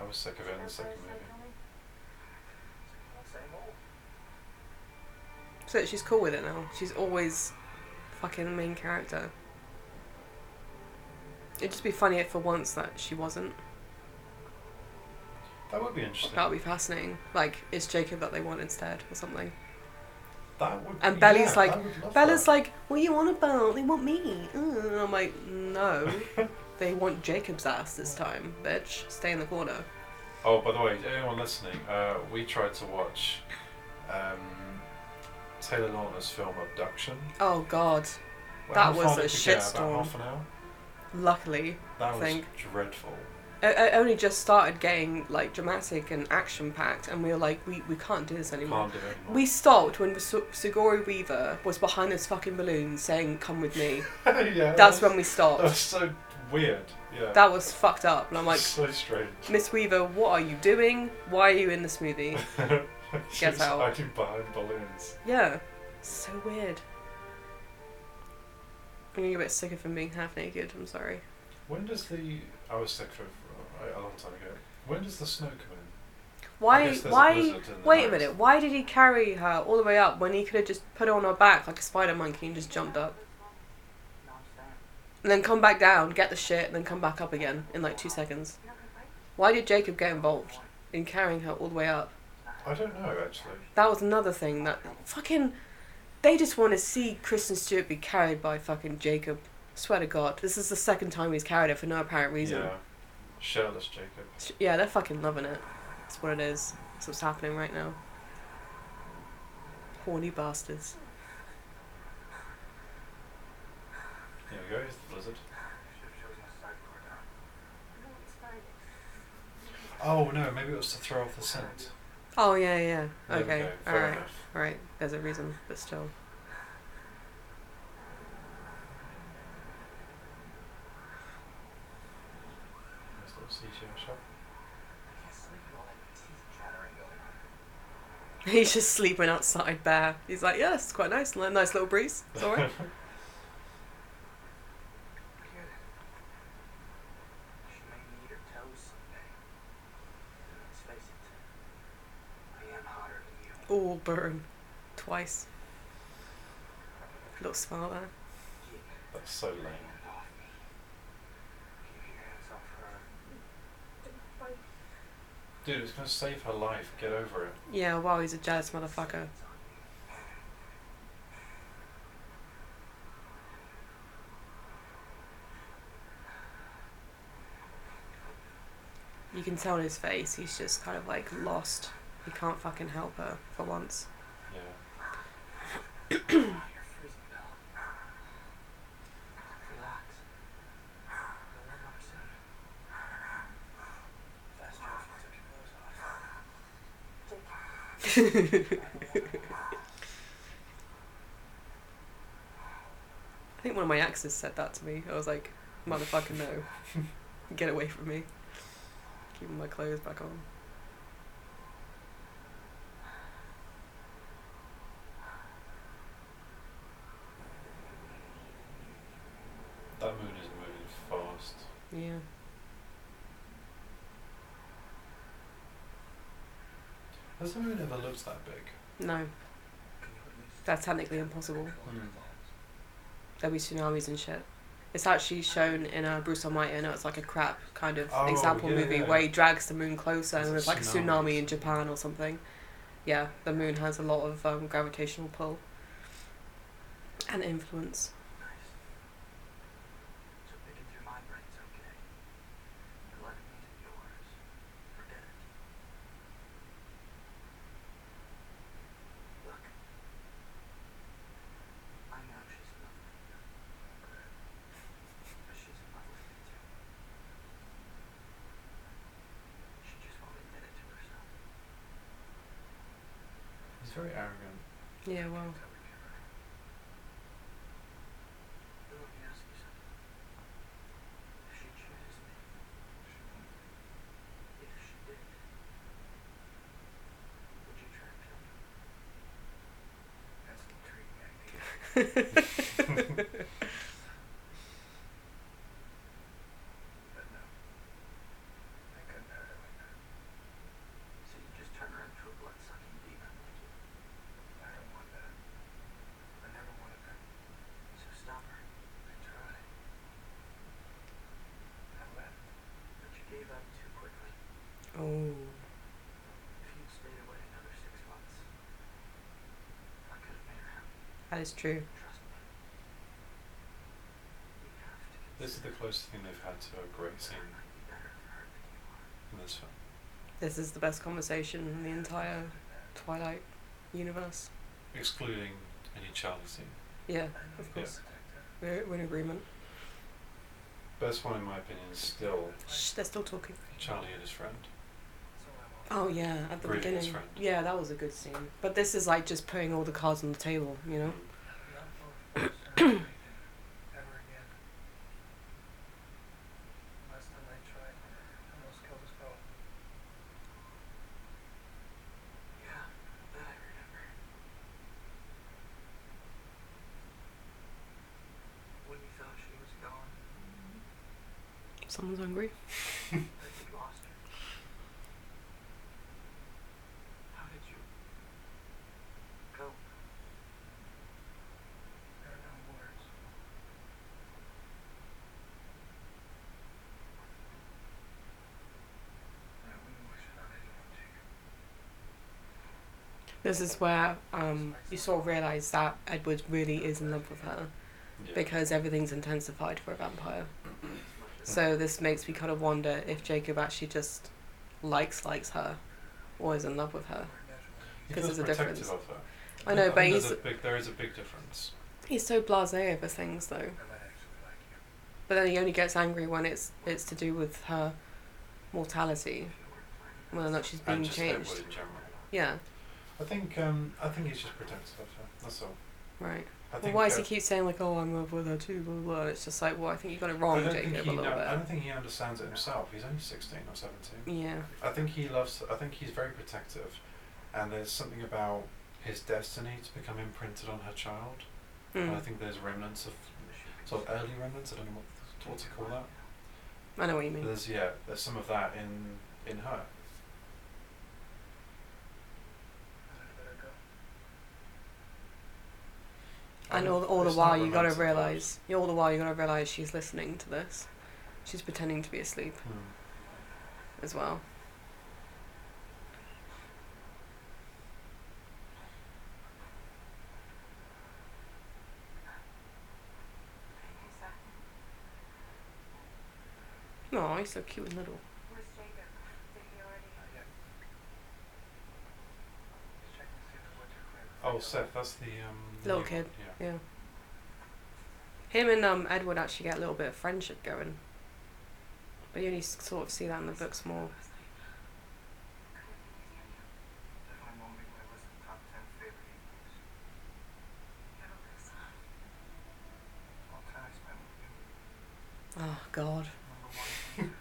I was sick of it in the second movie. Same old. So she's cool with it now. She's always fucking the main character. It'd just be funny if for once that she wasn't. That would be interesting. That would be fascinating. Like, it's Jacob that they want instead or something. That would. And be- Bella's yeah, like- I would love Bella's that. like, what you on about? They want me. Uh, And I'm like, no. they want Jacob's ass this time, bitch. Stay in the corner. Oh, by the way, anyone listening, uh, we tried to watch um, Taylor Lautner's film Abduction. Oh, God. Well, That how was far a did we get? shitstorm. About half an hour. Luckily, That was Think. dreadful. it, it only just started getting like dramatic and action packed, and we were like, we, we can't do this anymore. Can't do it. anymore. We stopped when Su- Sugori Weaver was behind this fucking balloon saying, "Come with me." yeah, That's when that we was- That stopped. was so weird. Yeah. That was fucked up, and I'm like, so strange. Miss Weaver, what are you doing? Why are you in this movie? She was out. hiding behind balloons. Yeah, so weird. I'm getting a bit sick of him being half naked. I'm sorry. When does the I was sick for a- a long time ago. When does the snow come in? I Why? guess there's a Why? blizzard in the Wait a night. minute. Why did he carry her all the way up when he could have just put her on her back like a spider monkey and just jumped up? No, I'm saying. and then come back down, get the shit, and then come back up again in like two seconds. Why did Jacob get involved in carrying her all the way up? I don't know actually. That was another thing that fucking They just want to see Kristen Stewart be carried by fucking Jacob. Swear to God, this is the second time he's carried her for no apparent reason. Yeah. Shirtless Jacob. Sh- Yeah, they're fucking loving it. That's what it is. That's what's happening right now. Horny bastards. Here we go, here's the blizzard. Should have chosen a side door down. No, it's fine. Oh no, maybe it was to throw off the scent. Oh yeah, yeah. There we Okay, go, all fair right, enough. all right. There's a reason, but still. Nice little seashell shot. I can't sleep with all that teeth chattering going on. He's just sleeping outside bare. He's like, yeah, it's quite nice. Li- Nice little breeze. It's alright. Kid. She made me eat her toes someday. And let's face it, I am hotter than you. oh, burn. Twice. Little smile there. Get your That's so lame. hand off me. Keep your hands off her. Dude, it's gonna save her life. Get over it. Yeah, wow, he's a jazz motherfucker. It's on me. You can tell on his face, he's just kind of like lost. He can't fucking help her for once. Yeah. Ah, you're freezing, Belle. Relax. You'll warm up soon. Faster if you took your clothes off. I think one of my exes said that to me. I was like, motherfucker, no. Get away from me. Keeping my clothes back on. That moon is moving fast. Yeah. Has the moon ever looked that big? No, Can you at least that's technically impossible. hold your balls? There'll be tsunamis and shit. It's actually shown in uh, Bruce Almighty. I know it's like a crap kind of Oh, example yeah, movie yeah. where he drags the moon closer and There's there's like a a tsunami. tsunami in Japan or something. Yeah, the moon has a lot of um, gravitational pull and influence. Nice. So picking through my brain's okay. But letting me to yours, forget it. Look. I know she's in love with you. But she's in love with me too. She just won't admit it to herself. He's very arrogant. Yeah, well, Covered her. But let me ask you something. If she chooses me, if she did, would you try and kill me? That's an intriguing idea. But no. I couldn't hurt her like that. So you just turn her into a blood-sucking demon. I don't want that. I never wanted that. So stop her. I tried. I left. But you gave up too quickly. oh, If you'd stayed away another six months, I could have made her happy. that is true. Trust me. You have to get This is the closest thing they've had to a great scene might be better for her than you are. in this film. This is the best conversation in the entire Twilight universe. Excluding any Charlie scene. Yeah, I know of Yeah. course. We're, we're in agreement. Best one in my opinion is still Shh, they're still talking. Charlie and his friend. That's all I want. Oh yeah, at the Really beginning. different. Yeah, that was a good scene. But this is like just putting all the cards on the table, you know. Not going to force her to do anything, ever again. Last time I tried, I almost killed us both. Yeah, that I remember. When you thought she was gone, Someone's hungry. that you lost her. How did you cope? There are no words. I wouldn't wish it on anyone, Jacob. This is where um, you sort of realise that Edward really is in love with her Yeah. because everything's intensified for a vampire. So this makes me kind of wonder if Jacob actually just likes likes her or is in love with her. He 'cause feels there's a protective difference. of her. I know, think but there's he's- a big, there is a big difference. He's so blasé over things though. I might actually like you. But then he only gets angry when it's it's to do with her mortality, whether or not she's being and just Edward changed. in general. Yeah, I think um, I think he's just protective of her. That's all. right. I Well, think, why does uh, he keep saying like, "Oh, I'm in love with her too"? Blah blah. blah. It's just like, well, I think you got it I wrong, don't, think Jacob, he a little know- I don't bit. think he understands it himself. He's only 16 or 17. Yeah, I think he loves. I think he's very protective, and there's something about his destiny to become imprinted on her child. And I mm. think there's remnants of sort of early remnants. I don't know what, what to call that. I know what you But mean. there's yeah, there's some of that in in her. I'd better go. And all, all the while, you gotta realize, yeah, all the while, you gotta realize she's listening to this. She's pretending to be asleep Hmm. as well. No, he's so cute and little. Where's Jacob? Did he already? Not yet. Just checking to see if the woods are clear. Oh, Seth, that's the um. Little new kid. one, Yeah. Yeah. Him and um, Edward actually get a little bit of friendship going. But you only s- sort of see that in the books more. Definitely won't make my list of top 10 favorite evenings. All time I spent with you. Oh God. Number one.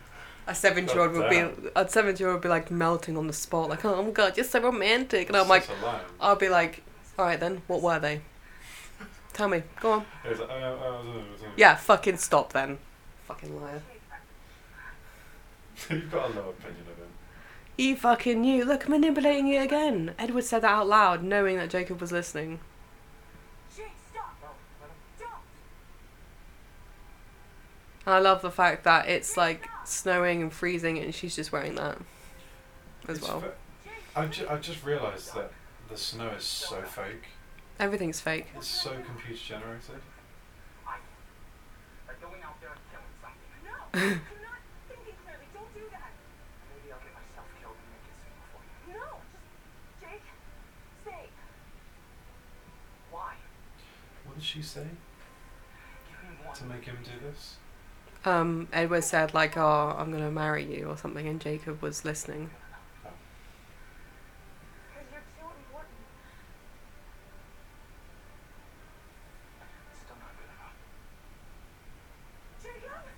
A seven-year-old would be Goddamn. a seven-year-old would be like melting on the spot, like, oh my God, you're so romantic, and I'm like, Seth alone. I'll be like, all right then, what were they? Tell me, go on. It was like, oh, oh, oh, oh, oh. Yeah, fucking stop then. Fucking liar. You've got a low opinion of him. You fucking knew. Look, manipulating you again. Edward said that out loud, knowing that Jacob was listening. Jake, stop! No, let him. Don't! And I love the fact that it's like snowing and freezing, and she's just wearing that as It's well. fa- I, ju- I just realised that the snow is so fake. Everything's fake. It's so computer generated. By going out there and killing something. No! I'm not thinking clearly. Don't do that! Maybe I'll get myself killed and make it simple for you. No! Just, Jake, stay. Why? What did she say Give me one. to make him do this? Um, Edward said like, "Oh, I'm gonna marry you" or something, and Jacob was listening. Because you're too important. Still not good enough. Jacob!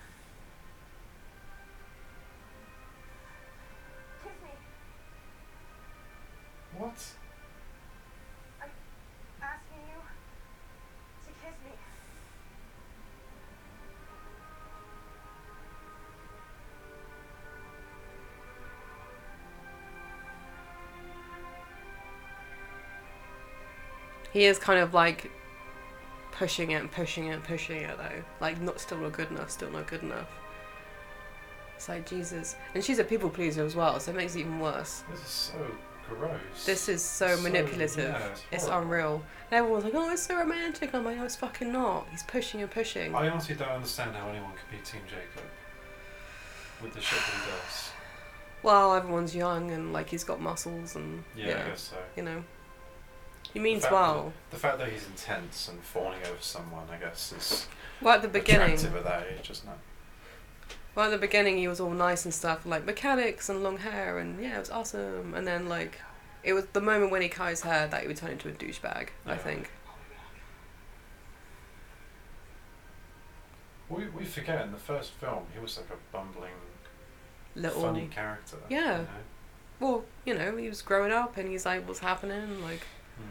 Kiss me. What? Asking you to kiss me. He is kind of like pushing it and pushing it and pushing it though. Like not still not good enough, still not good enough. It's like Jesus. And she's a people pleaser as well, so it makes it even worse. This is so gross. This is so, So, manipulative. yeah, it's it's horrible. unreal. And everyone's like, Oh, it's so romantic. I'm like, No, it's fucking not. He's pushing and pushing. I honestly don't understand how anyone could be Team Jacob with the shit that he does. Well, everyone's young and like he's got muscles and Yeah, I guess so. you know. He means fact that- well. The fact that he's intense and fawning over someone, I guess, is Well, at the beginning, attractive at that age, isn't it? well, at the beginning, he was all nice and stuff, like mechanics and long hair, and yeah, it was awesome. And then like, it was the moment when he cut his hair that he would turn into a douchebag. I Yeah. think. We, we forget in the first film, he was like a bumbling, Little. funny character. Yeah. You know? Well, you know, he was growing up, and he's like, "What's happening?" Like, Mm.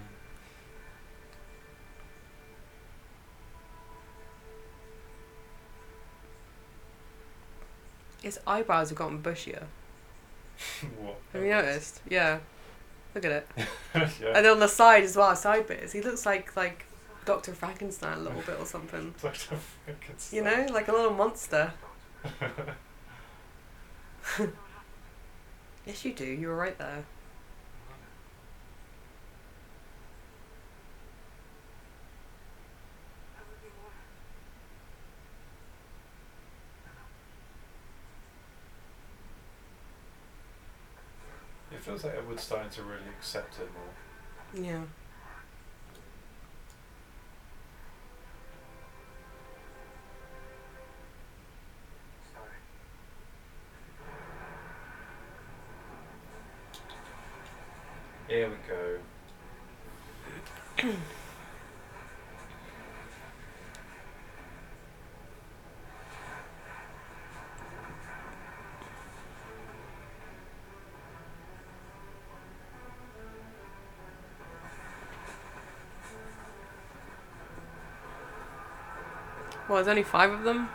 his eyebrows have gotten bushier. what? Have you noticed? Yeah. Look at it. yeah. And on the side as well, side bits. He looks like like Doctor Frankenstein a little bit or something. Dr. Frankenstein. You know, like a little monster. Yes, you do. You were right there. feels like Edward's starting to really accept it more. Yeah. Sorry. Here we go. Well, there's only five of them.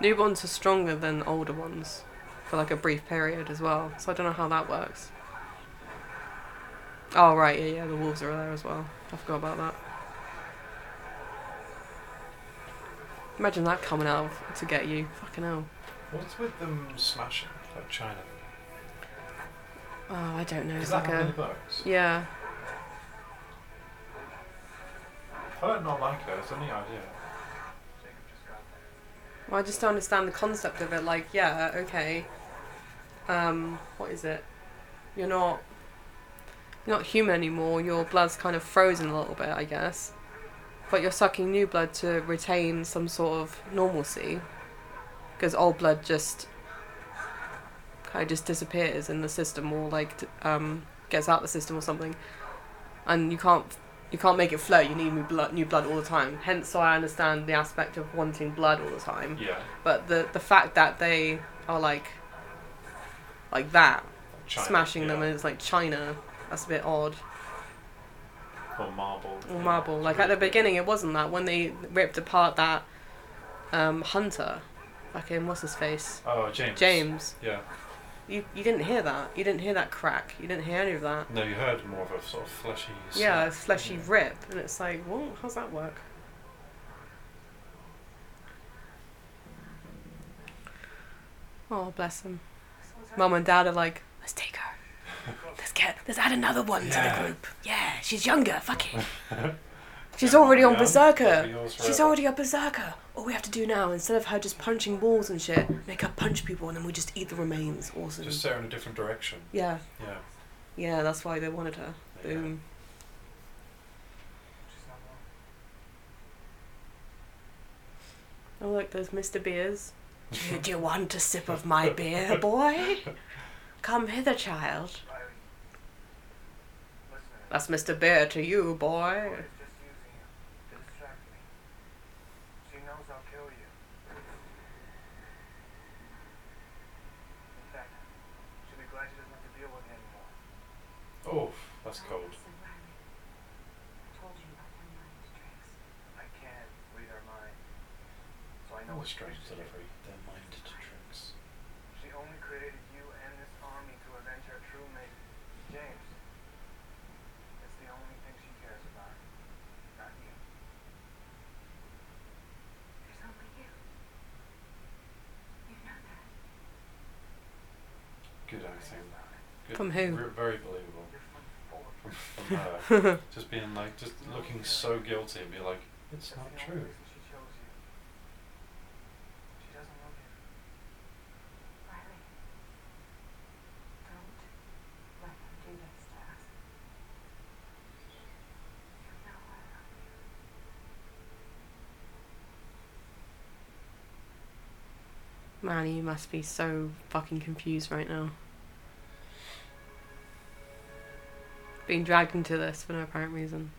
Newborns are stronger than older ones for like a brief period as well, so I don't know how that works. Oh, right, yeah, yeah, the wolves are there as well. I forgot about that. Imagine that coming out to get you. Fucking hell. What's with them smashing like China? Oh, I don't know. Is It's that like happen in the a. books? Yeah. I don't not like her. It's any idea. Jacob just got there. Well, I just don't understand the concept of it. Like, yeah, okay. Um, what is it? You're not you're not human anymore. Your blood's kind of frozen a little bit, I guess. But you're sucking new blood to retain some sort of normalcy, because old blood just kind of just disappears in the system or like d- um, gets out the system or something, and you can't you can't make it flow. You need new blood, new blood all the time. Hence, why I understand the aspect of wanting blood all the time Yeah, but the the fact that they are like like that like China, smashing yeah. them and it's like china that's a bit odd or marble. or marble like at the beginning it wasn't that when they ripped apart that um hunter fucking what's his face Oh, James. james Yeah. you you didn't hear that you didn't hear that crack you didn't hear any of that No, you heard more of a sort of fleshy. yeah slap, a fleshy didn't you? rip and it's like well how's that work oh bless him Mum and dad are like, let's take her. Let's get, let's add another one to Yeah. the group. Yeah, she's younger. Fuck it. She's already on Yeah, that'll be berserker. yours She's forever. already a berserker. All we have to do now, instead of her just punching walls and shit, make her punch people, and then we just eat the remains. Awesome. Just there in a different direction. yeah, Yeah. yeah. That's why they wanted her. Yeah. Boom. She's not alone. Oh look, there's Mr. Beers. Did you want a sip of my beer, boy? Come hither, child. Riley. Listen to me. That's Mr. Beer to you, boy. Boy is just using you to distract me. She knows I'll kill you. In fact, she'll be glad she doesn't have to deal with it anymore. Oh, that's cold. I can't read her mind. So I I know a know what strange she delivery. thinks. Their mind to tricks. She only created you and this army to avenge her true mate, James. It's the only thing she cares about, not you. Good acting. Good. From who? Re- very believable. You're from Fort. From, from her. just being like, just looking so guilty and be like, it's That's not the true. Only reason she chose you. She doesn't love you. Man, you must be so fucking confused right now. Being dragged into this for no apparent reason.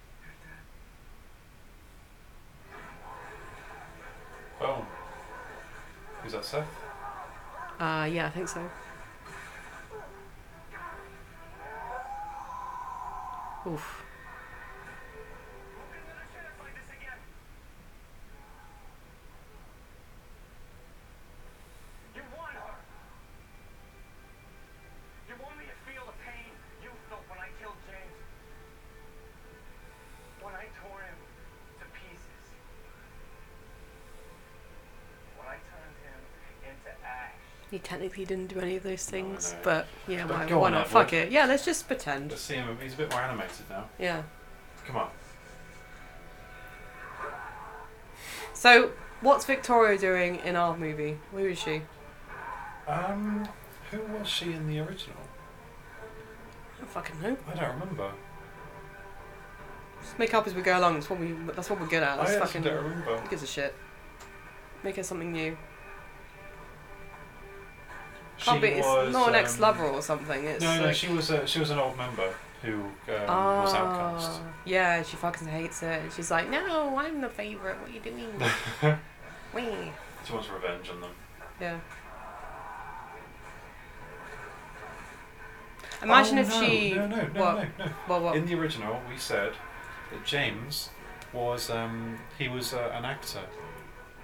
You're dead. Boom. Who's that, Seth? Uh, yeah, I think so. Oof. You want her. You want me to feel the pain you felt when I killed James. When I tore him to pieces. When I turned him into ash. You technically didn't do any of those things, know. but yeah, But why, go why on, not? Edward. Fuck it. Yeah, let's just pretend. Let's see him. He's a bit more animated now. Yeah. Come on. So, what's Victoria doing in our movie? Who is she? Um, Who was she in the original? I don't fucking know. I don't remember. Just make up as we go along. That's what we. That's what we're good at. That's I actually fucking. don't remember. Who gives a shit? Make her something new. Can't be. It's not an ex lover or something. It's um, No, no, like, she was a, she was an old member who um, was outcast. Ah, Yeah, she fucking hates it. And she's like, no, I'm the favorite. What are you doing? Wee. She wants revenge on them. Yeah. Imagine Oh, if no, she. No, no, no, what, no, no. What? What? In the original, we said that James was um, he was uh, an actor.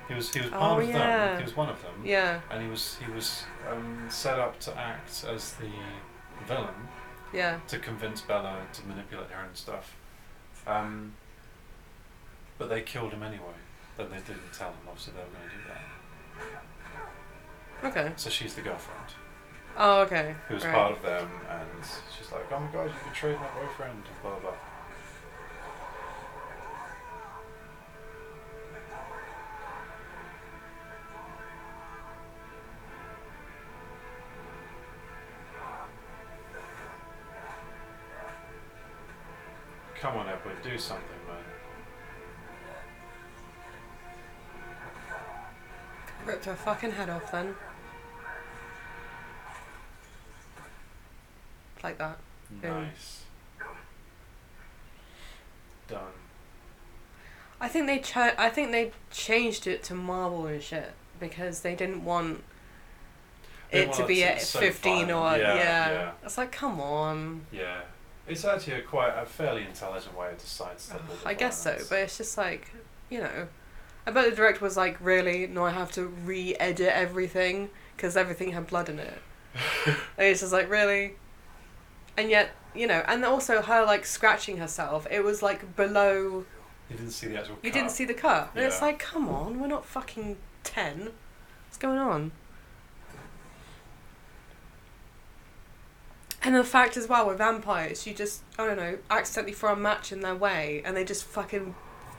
He was he was part Oh, of yeah. them. He was one of them, yeah. and he was he was um, set up to act as the villain Yeah. to convince Bella to manipulate her and stuff. Um, but they killed him anyway. Then they didn't tell him. Obviously, they were going to do that. Okay. So she's the girlfriend Oh, okay. who was right. part of them, and she's like, "Oh my god, you betrayed my boyfriend." and Blah blah. blah. Come on, Edward, do something, man. Ripped her fucking head off then. Like that. Yeah. Nice. Done. I think they ch- I think they changed it to marble and shit because they didn't want They it to want be it to at be so fifteen or violent. yeah, Yeah, yeah. It's like come on. Yeah. It's actually a quite a fairly intelligent way to sidestep all the I guess so, violence. but it's just like you know. I bet the director was like, really? No, I have to re-edit everything because everything had blood in it. and it's just like really, and yet you know, and also her like scratching herself. It was like below. You didn't see the actual. You cut. didn't see the cut. And it's Yeah. like, come on, we're not fucking ten. What's going on? And the fact as well with vampires, you just I don't know, accidentally throw a match in their way and they just fucking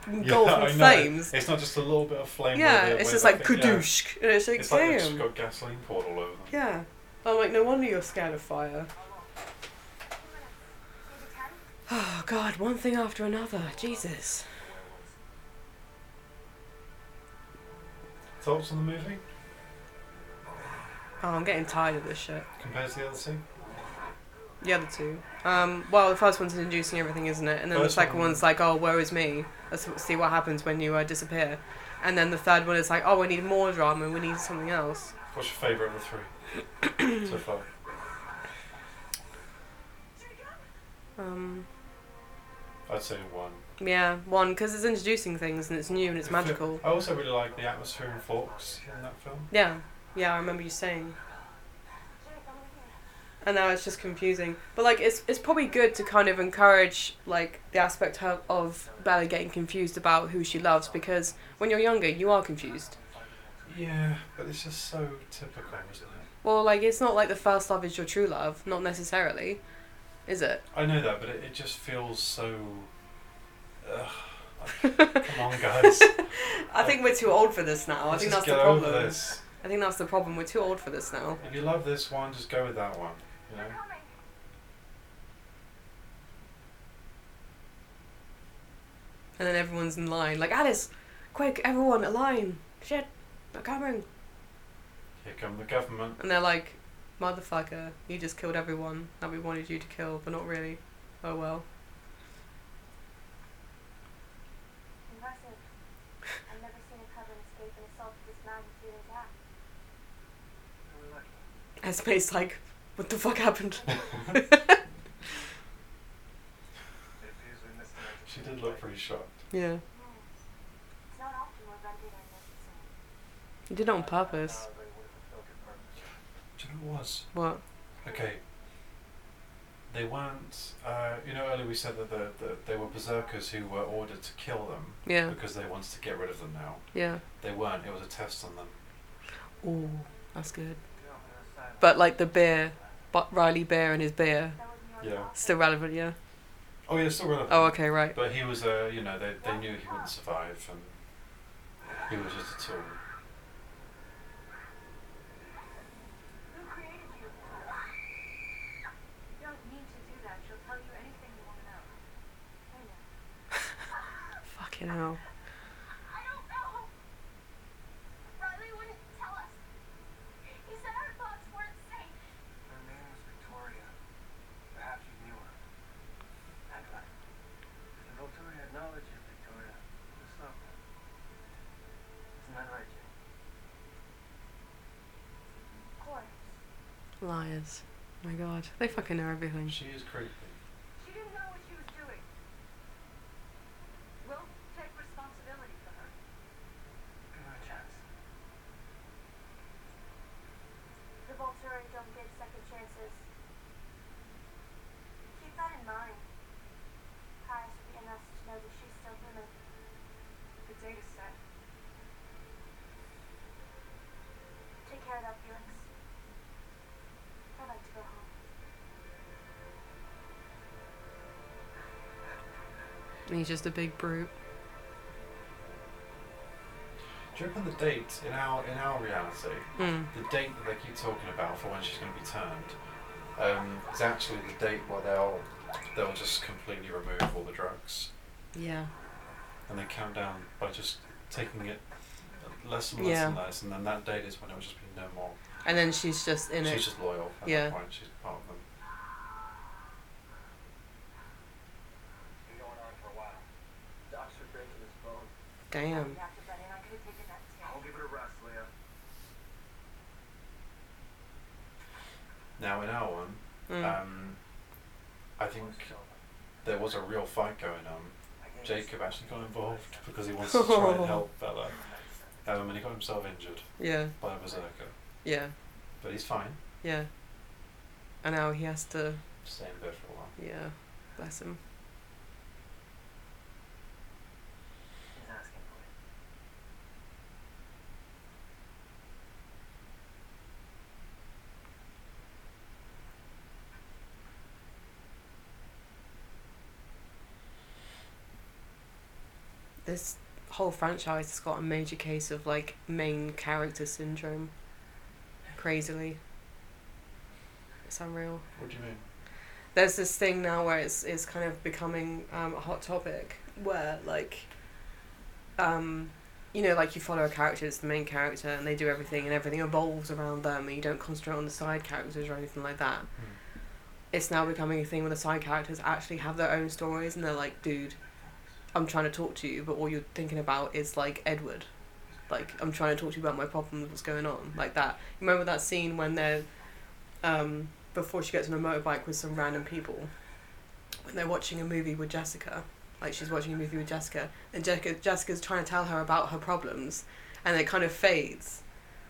engulf I in know. flames. It's not just a little bit of flame. Yeah, where the- it's where just the like thing- yeah. kadoosh. And it's like, It's like damn. they've just got gasoline poured all over them. yeah. I'm like, no wonder you're scared of fire. Maybe ten? Oh god, one thing after another. Jesus. Thoughts on the movie Oh, I'm getting tired of this shit. compared to the other two? The other two. Um, well, the first one's inducing everything, isn't it? And then First the second one- one's like, oh, woe is me. Let's see what happens when you uh, disappear. And then the third one is like, oh, we need more drama. We need something else. What's your favourite of the three so far? Um, I'd say one. yeah, one because it's introducing things and it's new and it's magical. I also really like the atmosphere and forks in that film. Yeah, yeah, I remember you saying. And now it's just confusing. But like, it's it's probably good to kind of encourage like the aspect of, of Bella getting confused about who she loves because when you're younger, you are confused. Yeah, but it's just so typical, isn't it? Well, like it's not like the first love is your true love, not necessarily, is it? I know that, but it, it just feels so. Ugh. Like, come on, guys. I think we're too old for this now. Oh, I Let's think just that's the get over problem. this. I think that's the problem. We're too old for this now. If you love this one, just go with that one. You know. And then everyone's in line. Like Alice, quick, everyone, a line. Shit, they're coming. Here come the government. And they're like, motherfucker, you just killed everyone that we wanted you to kill, but not really. Oh well. Impressive. I've never seen a coven escape an assault of this magnitude intact. We're lucky. And Space like, what the fuck happened? It appears we missed an She did look pretty shocked. yeah. Yes. It's not often we're rendered unnecessary. You did it on purpose. They would have fulfilled their purpose. Do you know what it was? What? Okay. They weren't. Uh, you know, earlier we said that the, the, they were berserkers who were ordered to kill them Yeah. because they wanted to get rid of them now. Yeah. They weren't. It was a test on them. Ooh, that's good. Yeah, on the other side. But like the beer, but Riley Bear and his beer, That was in your Yeah. still relevant, yeah. Oh yeah, still relevant. Oh, okay, right. But he was a. You know, they they knew he wouldn't survive, and he was just a tool. Who created you? Fucking hell. I don't know. Riley wouldn't tell us. He said our thoughts weren't safe. Her name was Victoria. Perhaps you knew her. Headline. The Victoria knowledge of Victoria was something. Isn't that right, Jane? Of course. Liars. My god. They fucking know everything. She is creepy. She didn't know what she was doing. We'll take responsibility for her. Give her a chance. The Volturi don't give second chances. Keep that in mind. Piety in us to know that she's still human. The data set. Take care of that, Felix. I'd like to go home. And he's just a big brute. Do you remember the date in our in our reality? Mm. The date that they keep talking about for when she's going to be turned um, is actually the date where they'll they'll just completely remove all the drugs Yeah. and they count down by just taking it less and less and less, and then that date is when it will just be no more. And then she's just in she's it. just loyal at Yeah. that point. She's part of them. It's been going on for a while. Docs are breaking his bone. Damn. After that, and I could have taken that too. I'll give it a rest, Leah. Now in our one, Mm. um, I think there was a real fight going on. Jacob actually got involved because he wants to try and help Bella, um, and he got himself injured Yeah. by a berserker. Yeah. But he's fine. Yeah. And now he has to. Stay in bed for a while. Yeah. Bless him. He's asking for it. This whole franchise has got a major case of like main character syndrome. Crazily. It's unreal. What do you mean? there's this thing now where it's it's kind of becoming um, a hot topic where like um you know like you follow a character it's the main character and they do everything and everything evolves around them and you don't concentrate on the side characters or anything like that it's now becoming a thing where the side characters actually have their own stories and they're like dude i'm trying to talk to you but all you're thinking about is like edward like i'm trying to talk to you about my problems what's going on like that remember that scene when they're um before she gets on a motorbike with some random people when they're watching a movie with Jessica. Like she's watching a movie with Jessica, and Jessica Jessica's trying to tell her about her problems, and it kind of fades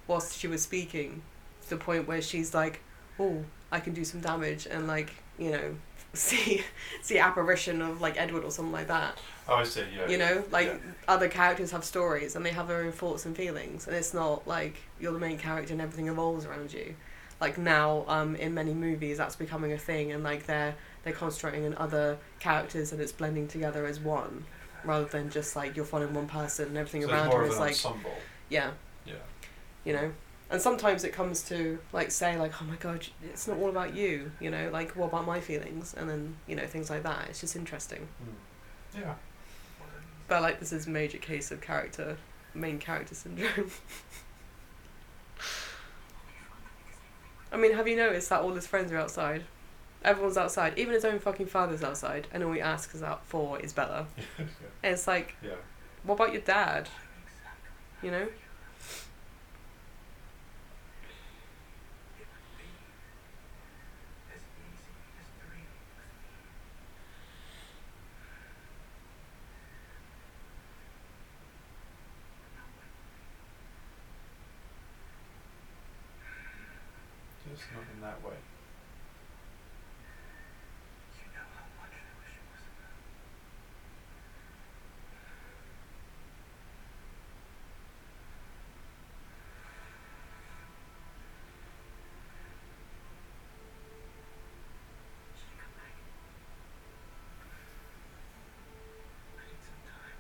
whilst she was speaking to the point where she's like, "Oh, I can do some damage," and like you know, see see apparition of like Edward or something like that. Oh, I see. Yeah. You know, like yeah. other characters have stories and they have their own thoughts and feelings, and it's not like you're the main character and everything evolves around you. Like now, um, in many movies, that's becoming a thing, and like they're they're concentrating on other characters and it's blending together as one, rather than just like you're following one person and everything So it's around more her of is an like ensemble. yeah, Yeah. you know. And sometimes it comes to like say like oh my god, it's not all about you, you know. Like what about my feelings? And then you know things like that. It's just interesting. Mm. Yeah. But like this is major case of character main character syndrome. I mean, have you noticed that all his friends are outside? Everyone's outside, even his own fucking father's outside, and all he asks is out for is Bella. yeah. And it's like, Yeah. what about your dad? You know? As easy as breathing. Just not in that way. You know how much I wish it was about. Should I come back? I need some time.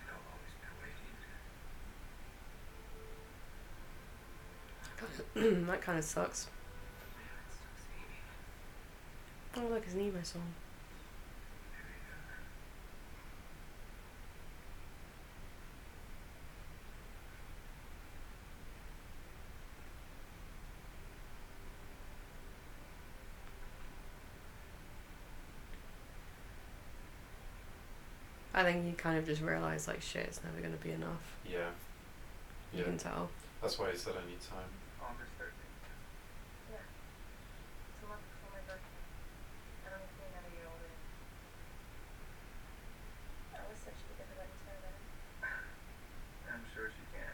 And I'll always be waiting. that kind of sucks. My heart stops beating. Oh, look, it's an emo song. I think you kind of just realise, like, shit, it's never going to be enough. Yeah. You Yeah. can tell. That's why he said any time. August 13th. It's a month before my birthday. I don't need to be another year older. I always said she'd get the wedding star better. I'm sure she can.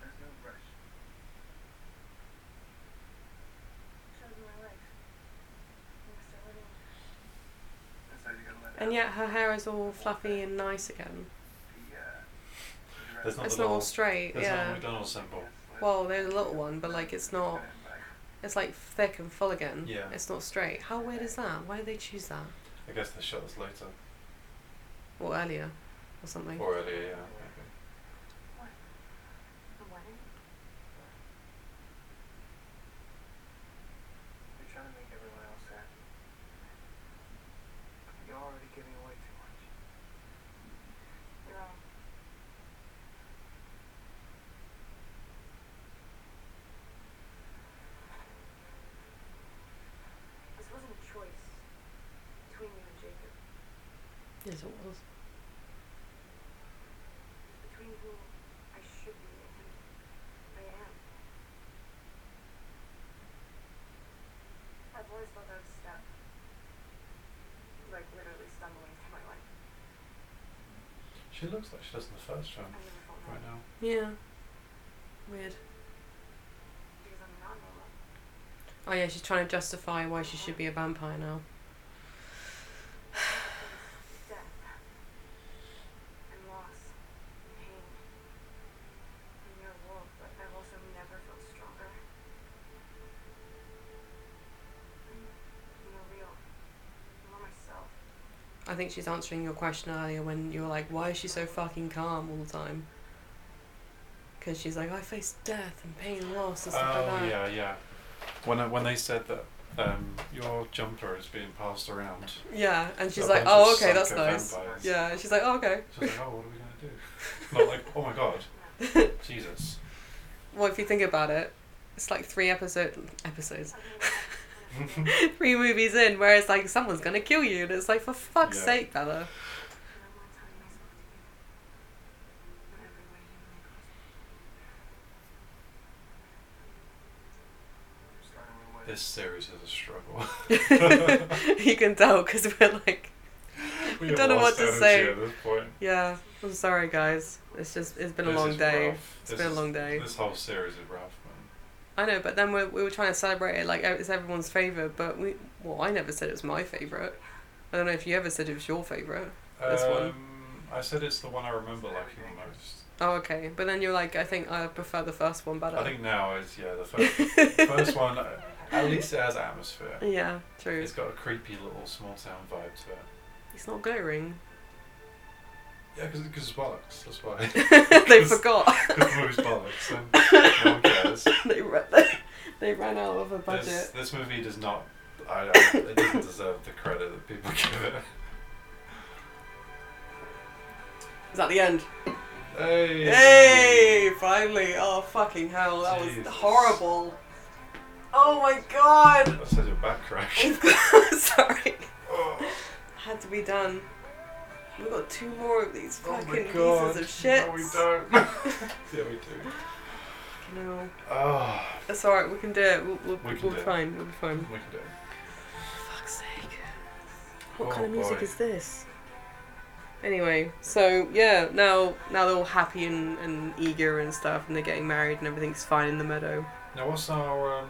There's no rush. Chose my life. Thanks to living. That's how you gotta let it And happen. yet her hair is all fluffy and nice again. The, uh, the There's rest- Not it's the not all little- straight, There's not a yeah. McDonald's symbol. Well, there's a little one, but like it's not. It's like thick and full again. Yeah. It's not straight. How weird is that? Why did they choose that? I guess they shot this later. Or earlier, or something. Or earlier, yeah. Okay. The wedding? You're trying to make everyone else happy. You're already giving away too much. You're wrong. This wasn't a choice between you and Jacob. Yes, it was. between who I should be and who I am. I've always felt I was stuck. Like literally stumbling through my life. She looks like she does in the first film I never felt right normal now. Yeah. Weird. because I'm not normal. Oh yeah, she's trying to justify why she should be a vampire now. Death and loss and pain. I'm your wolf, but I've also never felt stronger. I'm more real. More myself. I think she's answering your question earlier when you were like, why is she so fucking calm all the time? Because she's like, I face death and pain and loss and stuff like Oh that. yeah, yeah. When I, when they said that um, your jumper is being passed around, Yeah, and she's A like, bunch oh of okay, that's psycho nice. vampires. Yeah, and she's like, oh, okay. she's like, "Oh, what are we gonna do?" Not like, "Oh my god, Jesus." Well, if you think about it, it's like three episode episodes, Something that three movies in where it's like someone's gonna kill you, and it's like for fuck's Yeah. sake, Bella. No more telling myself to do that. But every way humanly possible. Starting with what- This series is a struggle. you can tell because we're like, we don't know have what lost to energy say. At this point. yeah, I'm sorry guys. It's just it's been a This long is day. rough. It's This been a is- long day. This whole series is rough, man. I know, but then we we were trying to celebrate it like it's everyone's favorite, but we well I never said it was my favorite. I don't know if you ever said it was your favorite. This one. Um, I said it's the one I remember liking the most. Oh okay, but then you're like I think I prefer the first one better. I think now it's yeah the first, first one. uh, At least it has atmosphere. yeah, true. It's got a creepy little small town vibe to it. It's not glowing. Yeah, because it's bollocks. That's why. they forgot. Because the movie's bollocks. And no one cares. they ran. They ran out of a This, budget. this movie does not. I, I, it doesn't deserve the credit that people give it. Is that the end? Hey. Hey! Finally! Oh fucking hell! That was Jesus. horrible. Oh my god! I said your back crash. Sorry. Oh, Had to be done. We've got two more of these oh my fucking god. pieces of shit. No, we don't. yeah, we do. No. Oh, It's alright, we can do it. We'll, we'll, We can we'll do be it. fine. We'll be we fine. can do it. fuck's sake. What Oh, kind of music boy. is this? Anyway, so yeah, now now they're all happy and, and eager and stuff, and they're getting married and everything's fine in the meadow. Now, what's our um,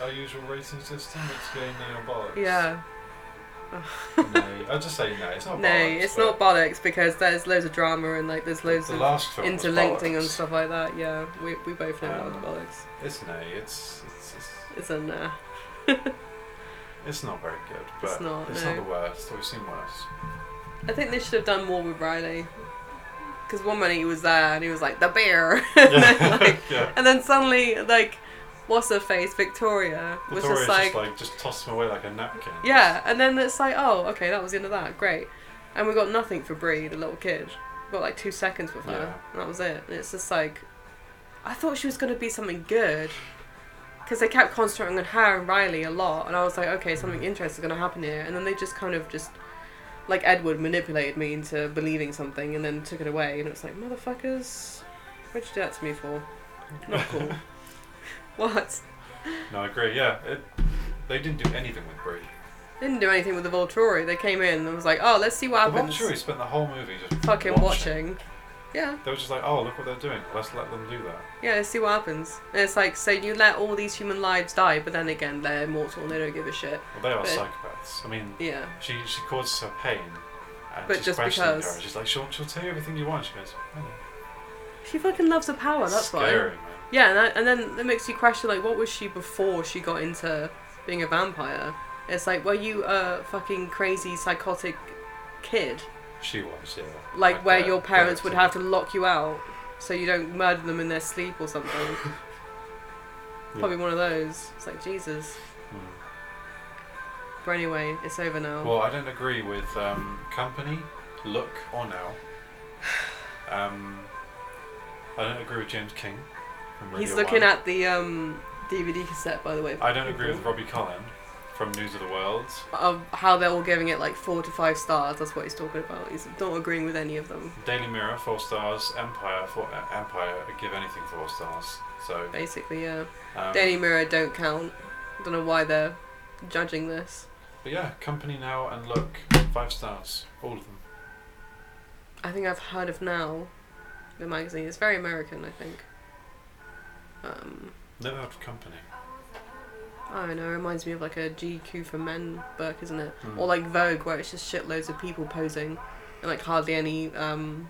our usual rating system? It's getting neo bollocks. Yeah. Nay. I'd just say no. It's not no, bollocks. it's but not bollocks because there's loads of drama and like there's loads the of last film was interlinking and bollocks. stuff like that. Yeah, we, we both know that was Um, bollocks. It's nay. It's it's it's, It's in there. it's not very good, but It's it's not, not, no. the worst. We've seen worse. I think they should have done more with Riley. Because one minute he was there and he was like, the bear. and, then, like, yeah. and then suddenly, like, what's her face, Victoria, was Victoria's just like, just toss them away like a napkin. yeah, and then it's like, oh, okay, that was the end of that, great, and we got nothing for Bree, the little kid. We got like two seconds with her, Yeah. and that was it. And it's just like, I thought she was gonna be something good, because they kept concentrating on her and Riley a lot, and I was like, okay, something interesting is gonna happen here, and then they just kind of just. Like Edward manipulated me into believing something and then took it away, and it was like, motherfuckers, what'd you do that to me for? Not cool. what? No, I agree. Yeah, it, they didn't do anything with Bree. They didn't do anything with the Volturi. They came in and was like, oh, let's see what The happens. Volturi spent the whole movie just Fucking watching. Yeah, They were just like, oh, look what they're doing. Let's let them do that. yeah, let's see what happens. And it's like, so you let all these human lives die, but then again, they're immortal and they don't give a shit. Well, they are But- psychopaths. I mean, Yeah. she she causes her pain. And But she's just questioning because- Her. and She's like, she'll, she'll tell you everything you want. She goes, oh, She fucking loves the power, Oh, that's why. scary, man. Yeah, and, that, and then it makes you question, like, what was she before she got into being a vampire? It's like, were you a fucking crazy, psychotic kid? She was, yeah. like where that your parents would character. have to lock you out so you don't murder them in their sleep or something. Probably one of those. It's like Jesus. Hmm. But anyway, it's over now. Well, I don't agree with um, company, look, or now. Um, I don't agree with James King. From He's Radio looking One. at the um, DVD cassette, by the way. I don't agree with Robbie Collin from News of the World. Of how they're all giving it like four to five stars. That's what he's talking about. He's not agreeing with any of them, Daily Mirror, four stars. Empire, four, uh, Empire, give anything four stars. So basically. Yeah. um, Daily Mirror don't count. Don't know why they're judging this. But yeah, Company Now and Look, five stars, all of them. I think I've heard of Now, the magazine. It's very American, I think. Um, Never heard of Company. I don't know, it reminds me of like a GQ for men book, isn't it? Hmm. Or like Vogue, where it's just shitloads of people posing and like hardly any um,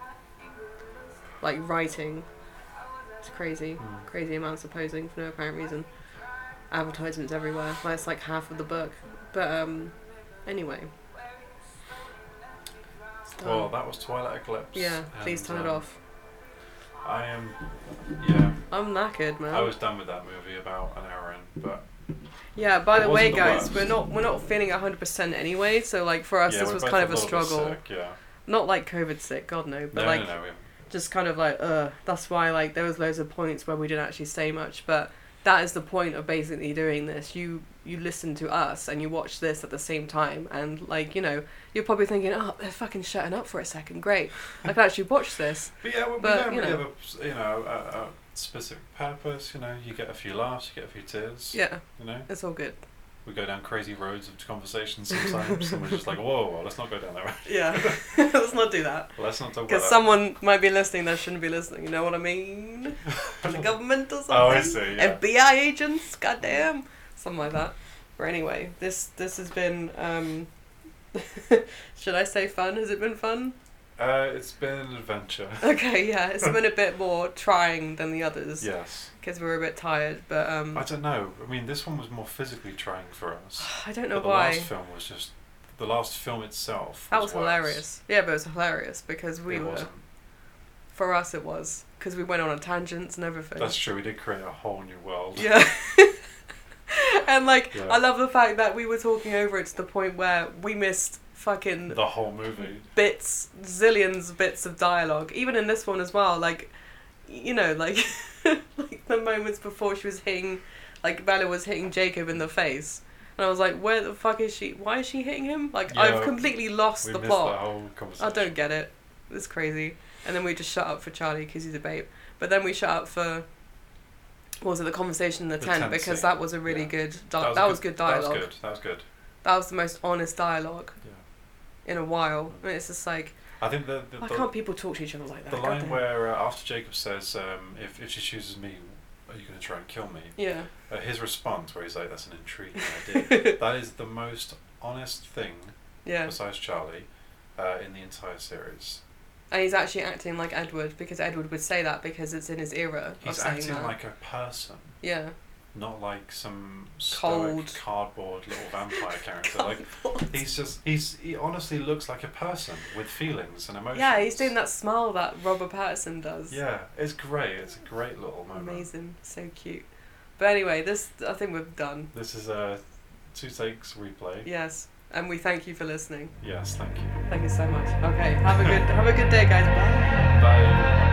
like writing. It's crazy, Hmm. crazy amounts of posing for no apparent reason. Advertisements everywhere. Like it's like half of the book. But um, anyway. It's done. Well, that was Twilight Eclipse. yeah, please and, turn it um, off. I am. Yeah, I'm knackered, man. I was done with that movie about an hour in, but Yeah, by It the way, wasn't the guys, worst. we're not we're not feeling hundred percent anyway. So like for us, yeah, this we're was both kind of a little bit struggle. Sick, yeah. Not like COVID sick, God no, but no, like no, no, we- just kind of like uh. That's why like there was loads of points where we didn't actually say much, but that is the point of basically doing this. You you listen to us and you watch this at the same time, and like you know you're probably thinking, oh, they're fucking shutting up for a second. Great, I can actually watch this. But yeah, we, But, we don't you really know. have a you know a, a specific purpose. You know, you get a few laughs, you get a few tears. Yeah, You know, it's all good. we go down crazy roads of conversations sometimes, and we're just like, whoa, whoa, let's not go down that road. Yeah, let's not do that. Let's not talk about Because that. someone might be listening that shouldn't be listening. You know what I mean? From the government or something. Oh, I see, yeah. FBI agents, goddamn, something like that. But anyway, this this has been. Um, should I say fun? Has it been fun? Uh, it's been an adventure. Okay, yeah, it's been a bit more trying than the others yes. because we were a bit tired. But um, I don't know. I mean, this one was more physically trying for us. I don't know but the why. last film was just the last film itself. That was worse. hilarious. Yeah, but it was hilarious because we it were. wasn't. For us, it was because we went on a tangents and everything. That's true. We did create a whole new world. Yeah. and like Yeah. I love the fact that we were talking over it to the point where we missed fucking The whole movie. bits, zillions bits of dialogue. Even in this one as well, like you know, like like the moments before she was hitting like Bella was hitting Jacob in the face. And I was like, where the fuck is she? Why is she hitting him? Like Yeah, I've completely lost We the missed plot. that whole conversation. I don't get it. It's crazy. And then we just shut up for Charlie because he's a babe. But then we shut up for what was it the conversation in the, The tent, tent because scene, that was a really yeah. good di- that, was good dialogue. That was good. That was good. That was the most honest dialogue Yeah. in a while. And it's just like I think the the, why the, can't people talk to each other like that? the line Goddamn. where uh, after Jacob says, um, if, if she chooses me, are you going to try and kill me? yeah, Uh, his response, where he's like, that's an intriguing idea. That is the most honest thing, yeah, besides Charlie, uh, in the entire series. and he's actually acting like Edward because Edward would say that because it's in his era He's of saying acting that. like a person, yeah, not like some Cold. stoic cardboard little vampire character. like he's just he's he honestly looks like a person with feelings and emotions. yeah, he's doing that smile that Robert Patterson does. Yeah, it's great. It's a great little moment. Amazing, so cute. But anyway, this I think we're done. This is a two takes replay. Yes, and we thank you for listening. Yes, thank you. Thank you so much. Okay, have a good have a good day, guys. Bye. Bye.